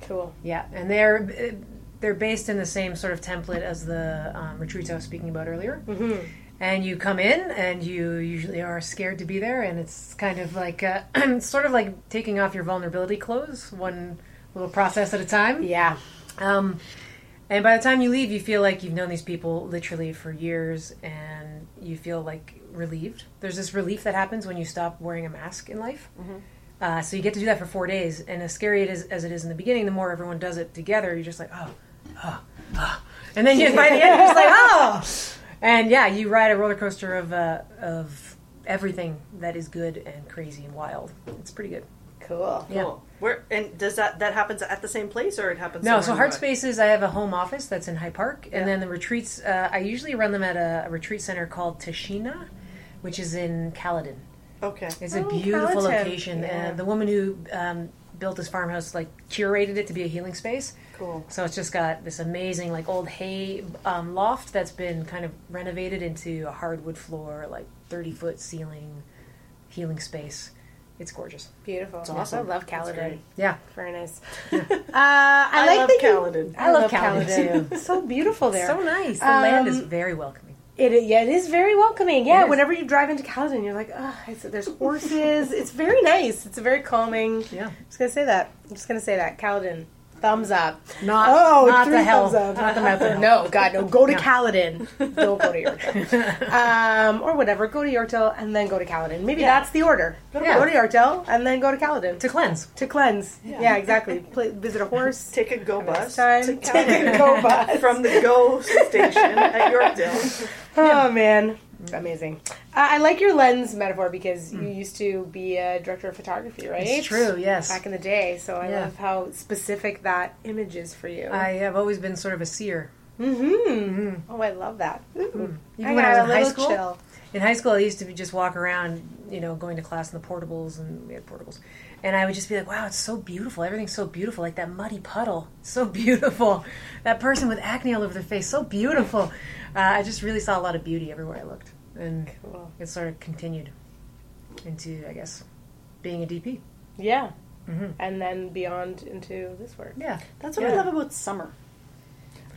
A: Cool.
C: Yeah, and they're they're based in the same sort of template as the um, retreats I was speaking about earlier. Mm-hmm. And you come in, and you usually are scared to be there, and it's kind of like uh, it's sort of like taking off your vulnerability clothes, one little process at a time.
A: Yeah.
C: Um, and by the time you leave, you feel like you've known these people literally for years, and you feel like relieved. There's this relief that happens when you stop wearing a mask in life. Uh, so you get to do that for four days, and as scary it is as it is in the beginning, the more everyone does it together, you're just like, oh, oh, oh. and then you by the end, you're just like, oh, and yeah, you ride a roller coaster of uh, of everything that is good and crazy and wild. It's pretty good.
A: Cool.
C: Yeah.
B: Cool. Where and does that that happens at the same place or it happens?
C: No,
B: somewhere
C: so
B: in
C: Heart
B: the-
C: Spaces, I have a home office that's in High Park, and then the retreats, uh, I usually run them at a, a retreat center called Tashina, which is in Caledon.
B: Okay.
C: It's a
A: Oh, Caledon.
C: beautiful location,
A: Yeah.
C: and the woman who um, built this farmhouse like curated it to be a healing space.
B: Cool.
C: So it's just got this amazing like old hay um, loft that's been kind of renovated into a hardwood floor, like thirty foot ceiling, healing space. It's gorgeous.
A: Beautiful. It's
B: awesome.
A: I love
B: That's
A: Caledon.
B: great.
C: Yeah,
A: Very nice. uh, I, like
B: love
A: that you-
B: Caledon.
A: I love
C: I love Caledon
A: Caledon too. so beautiful there.
C: so nice. The land is
A: Um,
C: very welcoming.
A: It, yeah, it is very welcoming. Yeah,
C: It is.
A: whenever you drive into Caledon, you're like, oh, it's, there's horses. it's very nice. It's very calming.
C: Yeah.
A: I'm just gonna say that. I'm just gonna say that Caledon. Thumbs up.
C: Not,
E: Oh,
C: not
E: three
C: the hell,
E: thumbs up.
C: not the method.
A: No, God, no. Go to
C: No.
A: Caledon. Don't go to Yorktown. um, or whatever. Go to Yorktown and then go to Caledon. Maybe
B: Yeah.
A: that's the order. Go to,
C: Yeah.
A: go to Yorktown and then go to Caledon
C: to
A: to,
C: cleanse.
A: to cleanse. Yeah, exactly. Play, visit a horse.
B: Take a go bus
A: time.
B: to
A: Take
B: Calgary
E: Go bus.
B: from the go station at Yorkdale.
A: Oh man,
C: Mm.
A: amazing. I I like your lens metaphor because you used to be a director of photography, right?
C: It's true, yes.
A: Back in the day, so I
C: Yeah.
A: love how specific that image is for you.
C: I have always been sort of a seer.
A: mm-hmm. Oh, I love that. Ooh.
C: Mm. Even when I was
A: got
C: in
A: a
C: high
A: little
C: school,
A: chill.
C: In high school, I used to be just walk around, you know, going to class in the portables, and we had portables. And I would just be like, wow, it's so beautiful. Everything's so beautiful. Like that muddy puddle, so beautiful. That person with acne all over their face, so beautiful. Uh, I just really saw a lot of beauty everywhere I looked. And
A: Cool.
C: it sort of continued into, I guess, being a DP.
A: Yeah.
C: Mhm.
A: And then beyond into this work.
C: Yeah.
B: That's what I
C: Yeah.
B: love about summer.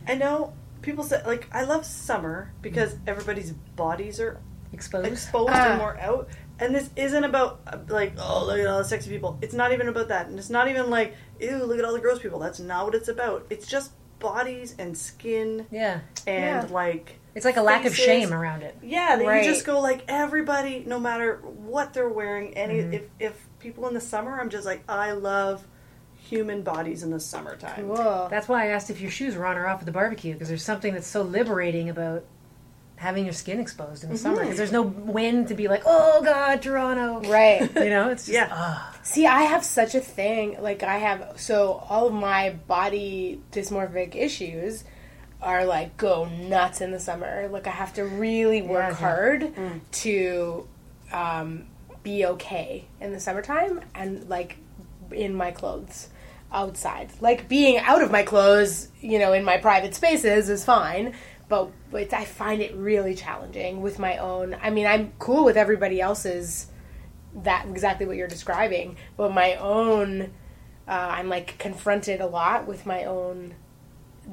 B: I know people say like I love summer because everybody's bodies are
C: Exposed.
B: exposed and more out. And this isn't about uh, like oh look at all the sexy people. It's not even about that, and it's not even like ew look at all the gross people. That's not what it's about. It's just bodies and skin
C: yeah.
B: and like
C: It's like a lack of
B: Faces.
C: shame around it.
B: yeah, that
A: Right.
B: you just go like everybody, no matter what they're wearing. Any if if people in the summer, I'm just like I love human bodies in the summertime.
A: Cool.
C: That's why I asked if your shoes were on or off at the barbecue because there's something that's so liberating about having your skin exposed in the summer
B: Mm-hmm.
C: because there's no wind to be like, oh God, Toronto.
A: Right.
C: You know, it's just,
B: Yeah.
C: ah.
A: See, I have such a thing. Like, I have so all of my body dysmorphic issues are like go nuts in the summer. Like, I have to really work
C: Yeah, Mm. yeah.
A: hard to um, be okay in the summertime and like in my clothes outside. Like, being out of my clothes, you know, in my private spaces is fine. But it's, I find it really challenging with my own. I mean, I'm cool with everybody else's that exactly what you're describing but my own uh, i'm like confronted a lot with my own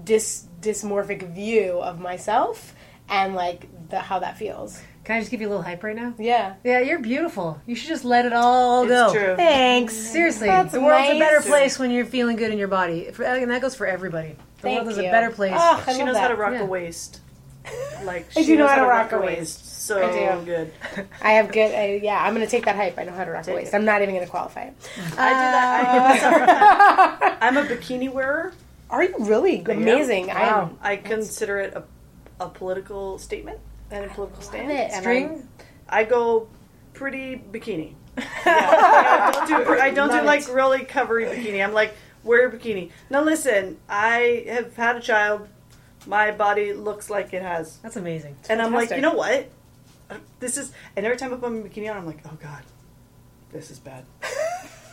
A: dys dysmorphic view of myself and like the how that feels
C: can I just give you a little hype right now?
A: yeah
C: Yeah, you're beautiful. You should just let it all go.
B: It's true.
A: thanks
C: Seriously,
A: That's
C: the world's a
A: nice.
C: better place when you're feeling good in your body, For- and that goes for everybody. The
A: Thank
C: world is
A: you.
C: a better place.
A: oh, I
B: she
A: love
B: knows
A: that.
B: how to rock
C: Yeah.
B: a waist. Like
A: I
B: she
A: do know
B: knows
A: how to rock
B: rock
A: a
B: a
A: waist.
B: waist. So
A: I do.
B: good.
A: i have good I, yeah i'm gonna take that hype i know how to rock a waist i'm not even gonna qualify it
B: I do that. I do that
A: Uh,
B: sometimes. I'm a bikini wearer. Um,
A: are you really good? amazing i
C: Wow.
A: am
B: I consider it a, a political statement and a political
A: love
B: stand.
A: it and
C: String?
B: I go pretty bikini. Yeah. I don't do, pr- I don't do like really covery bikini. I'm like wear a bikini. Now listen, I have had a child. My body looks like it has,
C: That's amazing.
B: and I'm like,
A: fantastic.
B: you know what? This is. And every time I put my bikini on, I'm like, oh god, this is bad.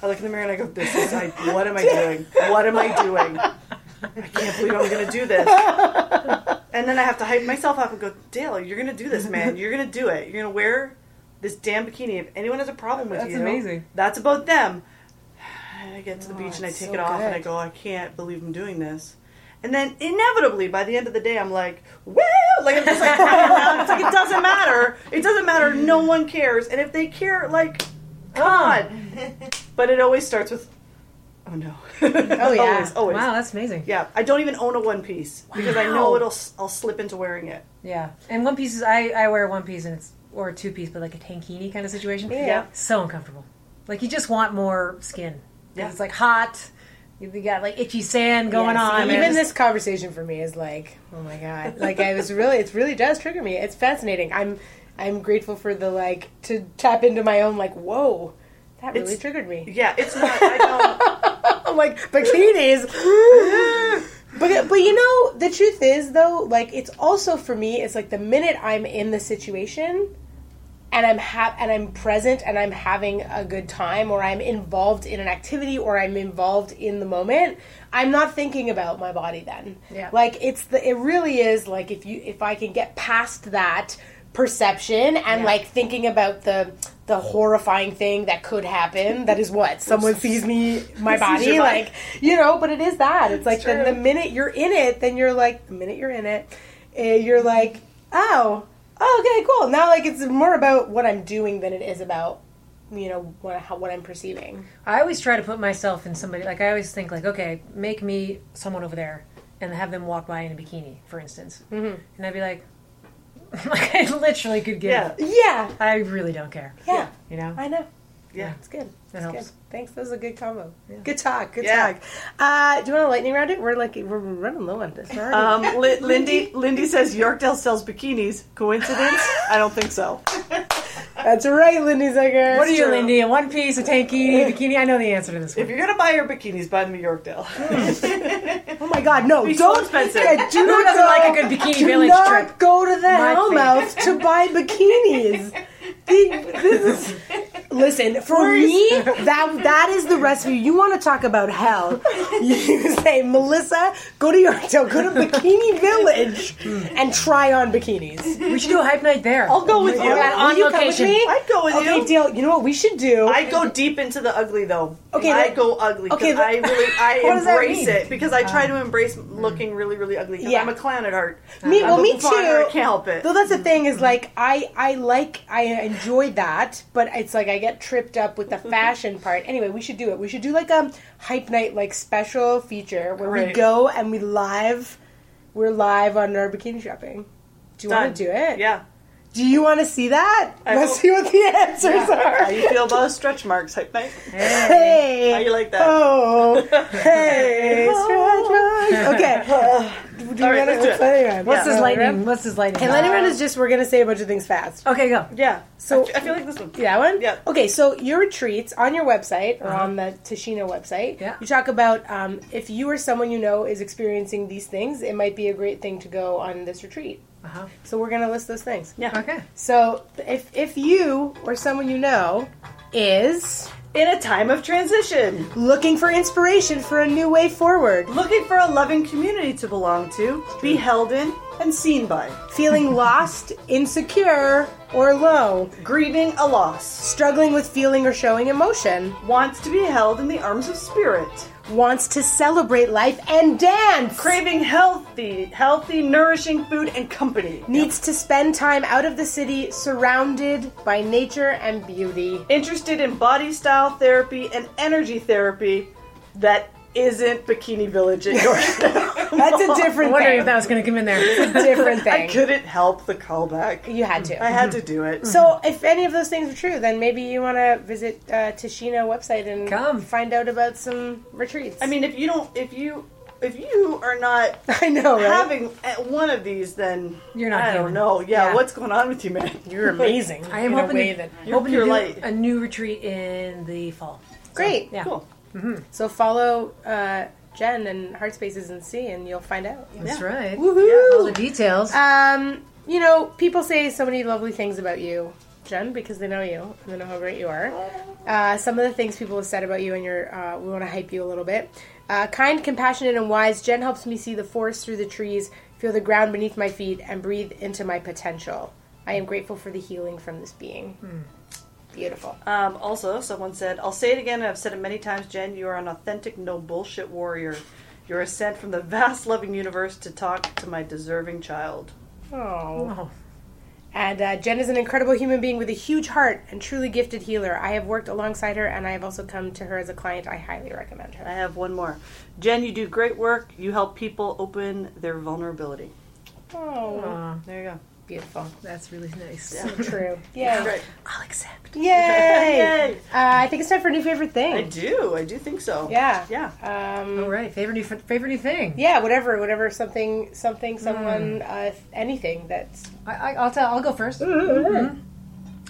B: I look in the mirror and I go, this is. I, what am I doing? What am I doing? I can't believe I'm gonna do this. And then I have to hype myself up and go, Dale, you're gonna do this, man. You're gonna do it. You're gonna wear this damn bikini. If anyone has a problem with
C: That's
B: you,
C: amazing.
B: That's about them. And I get to the beach and I
A: it's
B: take
A: so
B: it off and I
A: good.
B: go, I can't believe I'm doing this. And then inevitably, by the end of the day, I'm like, woo! Like I'm just like, running around. It's like it doesn't matter. It doesn't matter. No one cares. And if they care, like, come on. But it always starts with, oh no. oh
A: yeah.
B: always, always.
C: Wow, that's amazing.
B: Yeah, I don't even own a one piece because I
C: Wow.
B: know it'll s- I'll slip into wearing it.
C: Yeah, and one piece is I, I wear one piece and it's or a two piece, but like a tankini kind of situation.
B: Yeah.
C: so uncomfortable. Like you just want more skin. 'Cause
B: Yeah.
C: it's like hot. You you got like itchy sand going
A: Yes,
C: on.
A: Even
C: and-
A: this conversation for me is like, oh my god! Like I was really, it's really does trigger me. It's fascinating. I'm, I'm grateful for the like to tap into my own like, whoa, that really
B: It's-
A: triggered me.
B: Yeah, it's not. I don't.
A: I'm like bikinis. But, but you know the truth is though like it's also for me it's like the minute I'm in the situation and I'm hap- and I'm present and I'm having a good time or I'm involved in an activity or I'm involved in the moment, I'm not thinking about my body then.
C: Yeah.
A: Like it's the it really is like if you if I can get past that perception and like thinking about the the horrifying thing that could happen that is what someone sees me my body
B: your body.
A: like you know but it is that it's like then
B: true.
A: the minute you're in it then you're like the minute you're in it eh, you're like oh oh, okay cool now like it's more about what i'm doing than it is about you know what how, what I'm perceiving.
C: I always try to put myself in somebody. Like I always think, like, okay, make me someone over there, and have them walk by in a bikini, for instance. Mm-hmm. And I'd be like, like I literally could give.
B: Yeah.
A: Yeah,
C: I really don't care.
A: yeah,
C: You know,
A: I know.
B: Yeah.
A: it's good.
C: it
A: That's
C: helps.
A: Good. Thanks. That was a good combo. Good talk. Good
B: Yeah.
A: talk. Uh, do you want to lightning round it? We're like we're running low on this. already.
B: Um, Li- Lindy, Lindy says Yorkdale sells bikinis. Coincidence? I don't think so.
A: That's right, Lindy Zegers.
C: What are you,
B: true.
C: Lindy? A one piece, a tanky, a bikini? I know the answer to this
B: If
C: one.
B: you're gonna buy your bikinis, buy them at Yorkdale.
A: Oh my God, no!
B: Be so
A: Don't.
B: expensive.
A: Yeah, do
C: Who
A: not
C: doesn't
A: go,
C: like a good bikini
A: do
C: village
A: not
C: trip?
A: go to the
C: My
A: Hellmouth to buy bikinis. The- this is- listen for me. That that is the recipe. You want to talk about hell? You say, Melissa, go to Yorkdale, go to Bikini Village, and try on bikinis.
C: We should do a hype night there.
A: I'll go with you.
C: Or at
A: Will
C: on
A: you come with
C: location.
A: me?
B: I'd go with
A: Okay,
B: you.
A: deal. You know what we should do?
B: I go deep into the ugly though.
A: Okay,
B: I
A: let-
B: go ugly.
A: okay,
B: Okay,
A: let-
B: I really I
A: What does that
B: embrace
A: mean?
B: it because I try to embrace looking really, really ugly. 'cause
A: Yeah.
B: I'm a clown at heart.
A: Me-
B: I'm
A: well,
B: a
A: me
B: performer,
A: too.
B: I can't help it.
A: Though that's the thing is like I I like I enjoy that, but it's like I get tripped up with the fashion part. Anyway, we should do it. We should do like a hype night like special feature where we
B: Right.
A: go and we live we're live on our bikini shopping. Do you
B: Done.
A: want to do it?
B: Yeah.
A: Do you want to see that?
B: I
A: Let's
B: hope-
A: see what the answers
B: How
A: are.
B: you feel about stretch marks, hype night?
C: Hey.
A: Hey.
B: How you like that?
A: Oh, hey, stretch marks. Okay. Do you
B: All right,
A: wanna-
B: let's do it.
A: anyway,
C: What's
A: yeah.
C: this lightning? What's this lightning? Uh,
A: And lightning round is just we're gonna say a bunch of things fast.
C: Okay, go.
B: Yeah.
A: So-
B: I fe- I feel like this one.
A: That one?
B: Yeah.
A: Okay, so your retreats on your website or on the Tashina website,
C: Yeah.
A: you talk about um, if you or someone you know is experiencing these things, it might be a great thing to go on this retreat.
C: Uh-huh.
A: So we're going to list those things.
B: Yeah.
C: Okay.
A: So if, if you or someone you know is
B: In a time of transition,
A: looking for inspiration for a new way forward,
B: looking for a loving community to belong to, be held in, and seen by,
A: feeling lost, insecure, or low,
B: grieving a loss,
A: struggling with feeling or showing emotion,
B: wants to be held in the arms of spirit.
A: wants to celebrate life and dance,
B: craving healthy, healthy, nourishing food and company.
A: needs to spend time out of the city surrounded by nature and beauty.
B: Interested in body style therapy and energy therapy that isn't Bikini Village in Yorktown.
A: That's a different
C: Wondering
A: thing.
C: if that was going to come in there.
A: different
B: I
A: thing.
B: couldn't help the callback.
A: You had
B: I
A: to.
B: had to do it.
A: So, if any of those things are true, then maybe you want to visit uh, Tashina website and
C: Come.
A: find out about some retreats.
B: I mean, if you don't, if you, if you are not
A: I know, right?
B: having at one of these, then
C: Oh, You're not
B: I don't
C: human.
B: know. Yeah,
A: Yeah.
B: what's going on with you, man?
A: You're amazing.
C: I am
A: in a
C: hoping
A: way
C: to,
A: that-
B: You're
C: hoping to
B: pure
C: do
B: light.
C: a new retreat in the fall.
A: Great.
C: Yeah.
B: Cool.
A: So follow uh, Jen and Heart Spaces and See, and you'll find out.
C: That's
B: Yeah.
C: right. All the
A: Woohoo!
C: details.
A: Um, you know, people say so many lovely things about you, Jen, because they know you and they know how great you are. Uh, some of the things people have said about you, and your, uh, we want to hype you a little bit. Uh, kind, compassionate, and wise, Jen helps me see the forest through the trees, feel the ground beneath my feet, and breathe into my potential. I am grateful for the healing from this being. Beautiful.
B: Um, also, someone said, I'll say it again, and I've said it many times, Jen, you are an authentic, no bullshit warrior. You're a sent from the vast, loving universe to talk to my deserving child.
A: Oh.
C: oh,
A: And uh, Jen is an incredible human being with a huge heart and truly gifted healer. I have worked alongside her, and I have also come to her as a client. I highly recommend her.
B: I have one more. Jen, you do great work. You help people open their vulnerability.
A: Oh,
C: aw,
B: There you go.
A: beautiful.
C: that's really nice.
A: True. Yeah.
B: Great.
C: I'll accept.
A: Yay!
B: Yay.
A: Uh, I think it's time for a new favorite
B: I
A: thing.
B: do. I do think so.
A: Yeah.
B: Yeah.
A: Um,
C: All right. Favorite new favorite new thing.
A: yeah, whatever, whatever, something, something, someone,
B: Hmm.
A: uh, anything that's.
C: I, I, I'll tell. I'll go 1st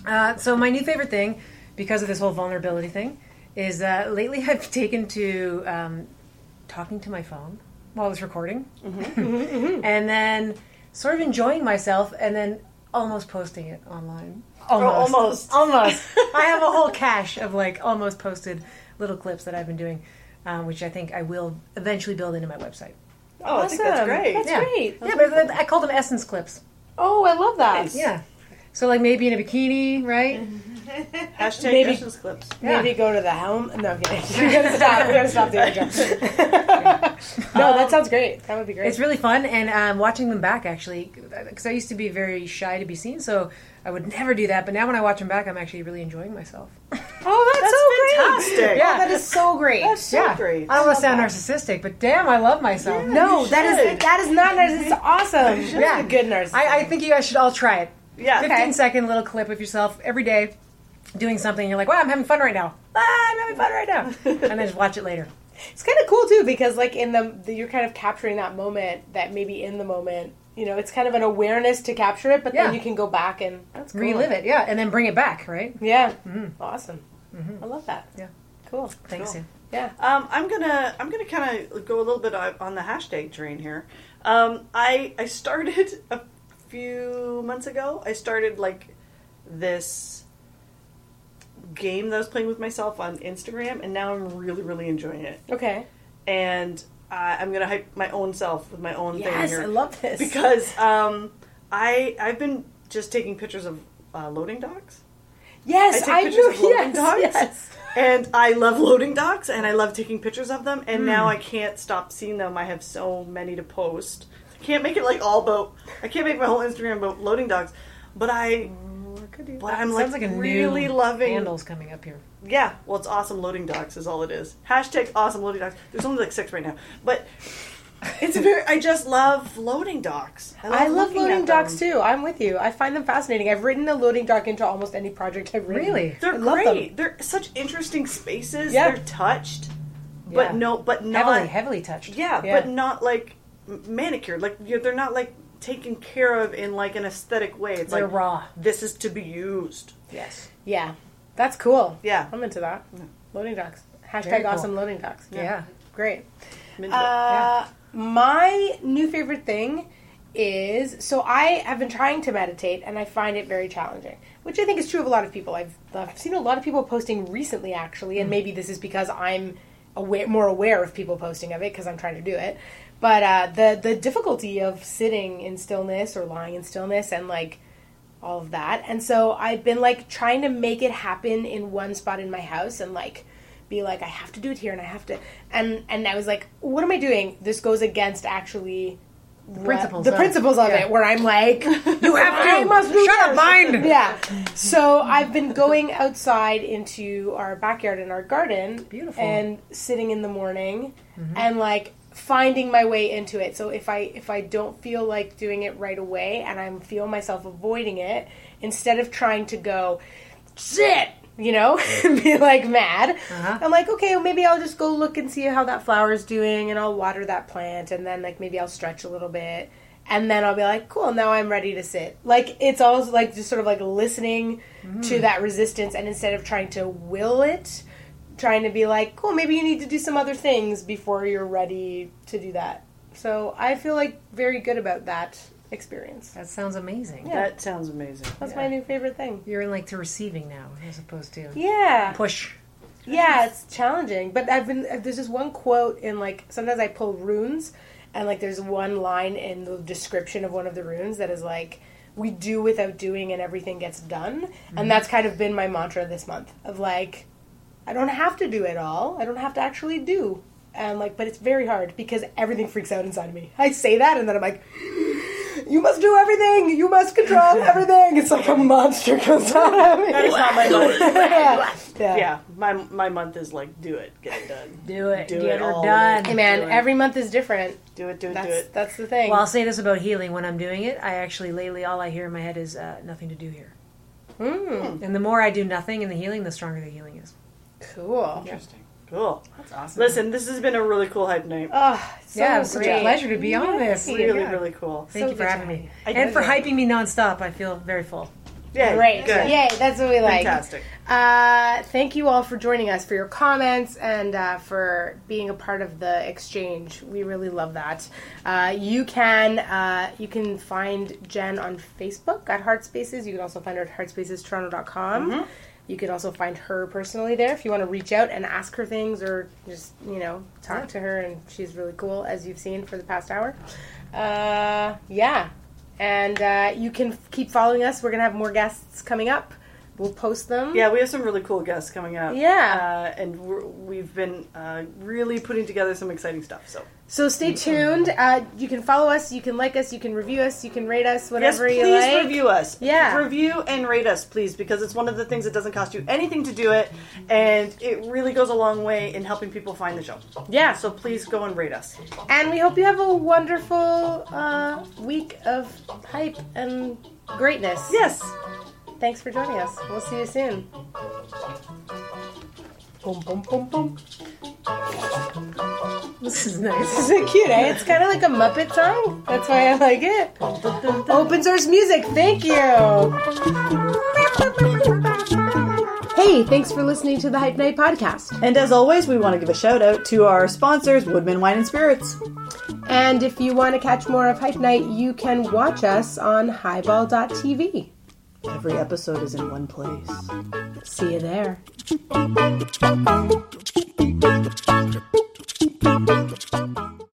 C: Uh, so my new favorite thing, because of this whole vulnerability thing, is that lately I've taken to um, talking to my phone while I was recording, and then sort of enjoying myself, and then almost posting it online. Almost,
B: almost.
C: almost. I have a whole cache of like almost posted little clips that I've been doing, um, which I think I will eventually build into my website.
B: Oh, I think that's
A: Awesome.
B: great.
A: That's
C: yeah.
A: great.
C: Yeah, but I- I call them essence clips.
A: Oh, I love that.
B: Nice. Mm-hmm.
C: Yeah. So like maybe in a bikini, right?
B: Hashtag
A: Maybe-
B: Justin's clips.
A: Maybe go to the helm. No, I'm kidding. we gotta stop. We gotta stop doing jokes. no, that sounds great. That would be great.
C: It's really fun, and um, watching them back actually, because I used to be very shy to be seen, so I would never do that. But now when I watch them back, I'm actually really enjoying myself.
A: oh, that's,
B: That's fantastic.
A: Yeah, that is so great.
B: That's Oh, so great.
C: I don't want to sound narcissistic, but damn, I love myself.
A: no,
B: you
A: that is
B: should.
A: that is not narcissistic. It's awesome.
C: Yeah.
A: That's a good narcissist.
C: I, I think you guys should all try it.
B: Yeah.
C: Fifteen second little clip of yourself every day doing something. You're like, wow, I'm having fun right now. Ah, I'm having fun right now. and then just watch it later.
A: it's kind of cool too because like in the, the you're kind of capturing that moment that maybe in the moment you know it's kind of an awareness to capture it, but
C: Yeah.
A: then you can go back and that's cool.
C: Relive it, yeah, and then bring it back, right?
A: Yeah, awesome. I love that.
C: Mm-hmm. Yeah.
A: cool.
C: Thanks,
B: Cool.
C: Sam.
B: Um, I'm gonna I'm gonna kind of go a little bit on on the hashtag train here. Um, I I started a few months ago. I started like this game that I was playing with myself on Instagram, and now I'm really really enjoying it.
A: Okay.
B: And uh, I'm gonna hype my own self with my own thing
A: Yes,
B: here
A: I love this.
B: because um, I I've been just taking pictures of uh, loading docks. I
A: yes,
B: take
A: I,
B: pictures
A: do.
B: of loading
A: Yes,
B: docks.
A: yes.
B: and I love loading docks and I love taking pictures of them and
A: Hmm.
B: now I can't stop seeing them. I have so many to post. I can't make it like all about I can't make my whole Instagram about loading docks. But I but I'm like,
C: Sounds like a
B: really
C: new
B: loving
C: handle's coming up here.
B: Yeah, well it's awesome loading docks is all it is. Hashtag awesome loading docks. There's only like six right now. But it's very I just love loading docks.
A: I love
B: looking at
A: loading docks
B: them.
A: too. I'm with you. I find them fascinating. I've written a loading dock into almost any project I've written.
C: Really?
B: They're
A: I love them.
B: great. They're such interesting spaces.
A: Yeah.
B: They're touched.
C: Yeah.
B: But no but not
C: heavily, heavily touched.
B: Yeah,
A: Yeah.
B: but not like m- manicured. Like you know, they're not like taken care of in like an aesthetic way. It's
C: They're
B: like
C: raw.
B: This is to be used.
C: Yes.
A: Yeah, that's cool.
B: Yeah.
A: I'm into that. Loading docks. Hashtag
C: Very cool.
A: awesome loading docks.
C: Yeah.
A: great.
B: I'm into it.
A: Uh, My new favorite thing is so I have been trying to meditate and I find it very challenging, which I think is true of a lot of people. I've, I've seen a lot of people posting recently, actually, and maybe this is because I'm aware, more aware of people posting of it because I'm trying to do it. But uh, the the difficulty of sitting in stillness or lying in stillness and like all of that. And so I've been like trying to make it happen in one spot in my house and like be like I have to do it here and I have to and and I was like what am I doing? This goes against actually what-
C: principles
A: the
C: of-
A: principles of
C: yeah.
A: it where I'm like
C: You have to.
A: I must do
C: Shut up,
A: this.
C: mind.
A: yeah. So I've been going outside into our backyard and our garden.
C: Beautiful. Mm-hmm.
A: And sitting in the morning and like finding my way into it. So if I if I don't feel like doing it right away and I'm feel myself avoiding it, instead of trying to go, shit, you know, and be like mad.
C: Uh-huh.
A: I'm like, okay, well, maybe I'll just go look and see how that flower's doing, and I'll water that plant, and then like maybe I'll stretch a little bit, and then I'll be like, cool, now I'm ready to sit. Like it's always like just sort of like listening
C: Mm-hmm.
A: to that resistance, and instead of trying to will it, trying to be like, cool, maybe you need to do some other things before you're ready to do that. So I feel like very good about that experience.
C: That sounds amazing.
A: Yeah.
B: That sounds amazing.
A: That's my new favorite thing.
C: You're in like to receiving now as opposed to
A: Yeah.
C: push.
A: Yeah, it's challenging. But I've been uh, there's this one quote in like sometimes I pull runes, and like there's one line in the description of one of the runes that is like we do without doing and everything gets done, and that's kind of been my mantra this month of like I don't have to do it all. I don't have to actually do. And like, but it's very hard because everything freaks out inside of me. I say that, and then I'm like, "You must do everything. You must control everything." It's like a monster comes out of me.
B: It's not my month.
A: yeah. yeah.
B: yeah, my my month is like do it, get it done,
C: Do it.
B: Do
C: Get
B: it
C: her
B: all.
C: done.
A: Hey man,
B: Do it.
A: every month is different.
B: do it, do it, do
A: That's
B: it.
A: that's the thing.
C: Well, I'll say this about healing. When I'm doing it, I actually lately all I hear in my head is uh, nothing to do here.
A: mm,
C: And the more I do nothing in the healing, the stronger the healing is.
A: cool.
B: Interesting. Cool.
A: That's awesome.
B: Listen, this has been a really cool hype night.
A: Oh, so
C: yeah, it was such
A: great.
C: a pleasure to be on this.
A: Yay.
B: really,
C: Yeah.
B: really cool.
C: Thank
A: So
C: you for
A: good
C: having
A: job.
C: me
B: I
C: and
B: did
C: for
B: it.
C: hyping me nonstop. I feel very full.
B: Yeah,
A: Great.
B: Good.
A: Yay, that's what we like.
B: Fantastic.
A: Uh, thank you all for joining us, for your comments, and uh, for being a part of the exchange. We really love that. Uh, you can uh, you can find Jen on Facebook at Heart Spaces. You can also find her at heartspacestoronto.com. You can also find her personally there if you want to reach out and ask her things or just, you know, talk to her. And she's really cool, as you've seen for the past hour. Uh, yeah. And uh, you can f- keep following us. We're going to have more guests coming up. We'll post them.
B: Yeah, we have some really cool guests coming up.
A: Yeah.
B: uh, and we're, we've been uh, really putting together some exciting stuff. So
A: So stay tuned. Uh, you can follow us. You can like us. You can review us. You can rate us.
B: yes,
A: Whatever
B: please
A: you like.
B: review us.
A: Yeah.
B: review and rate us, please, because it's one of the things that doesn't cost you anything to do it, and it really goes a long way in helping people find the show.
A: Yeah.
B: So please go and rate us.
A: And we hope you have a wonderful uh, week of hype and greatness.
B: Yes.
A: Thanks for joining us. We'll see you soon.
F: This is nice.
A: Is it cute, eh? It's kind of like a Muppet song. That's why I like it. Open source music. Thank you. Hey, thanks for listening to the Hype Night podcast.
B: And as always, we want to give a shout out to our sponsors, Woodman Wine and Spirits.
A: And if you want to catch more of Hype Night, you can watch us on highball.tv.
B: Every episode is in one place.
A: See you there.
G: Thank you.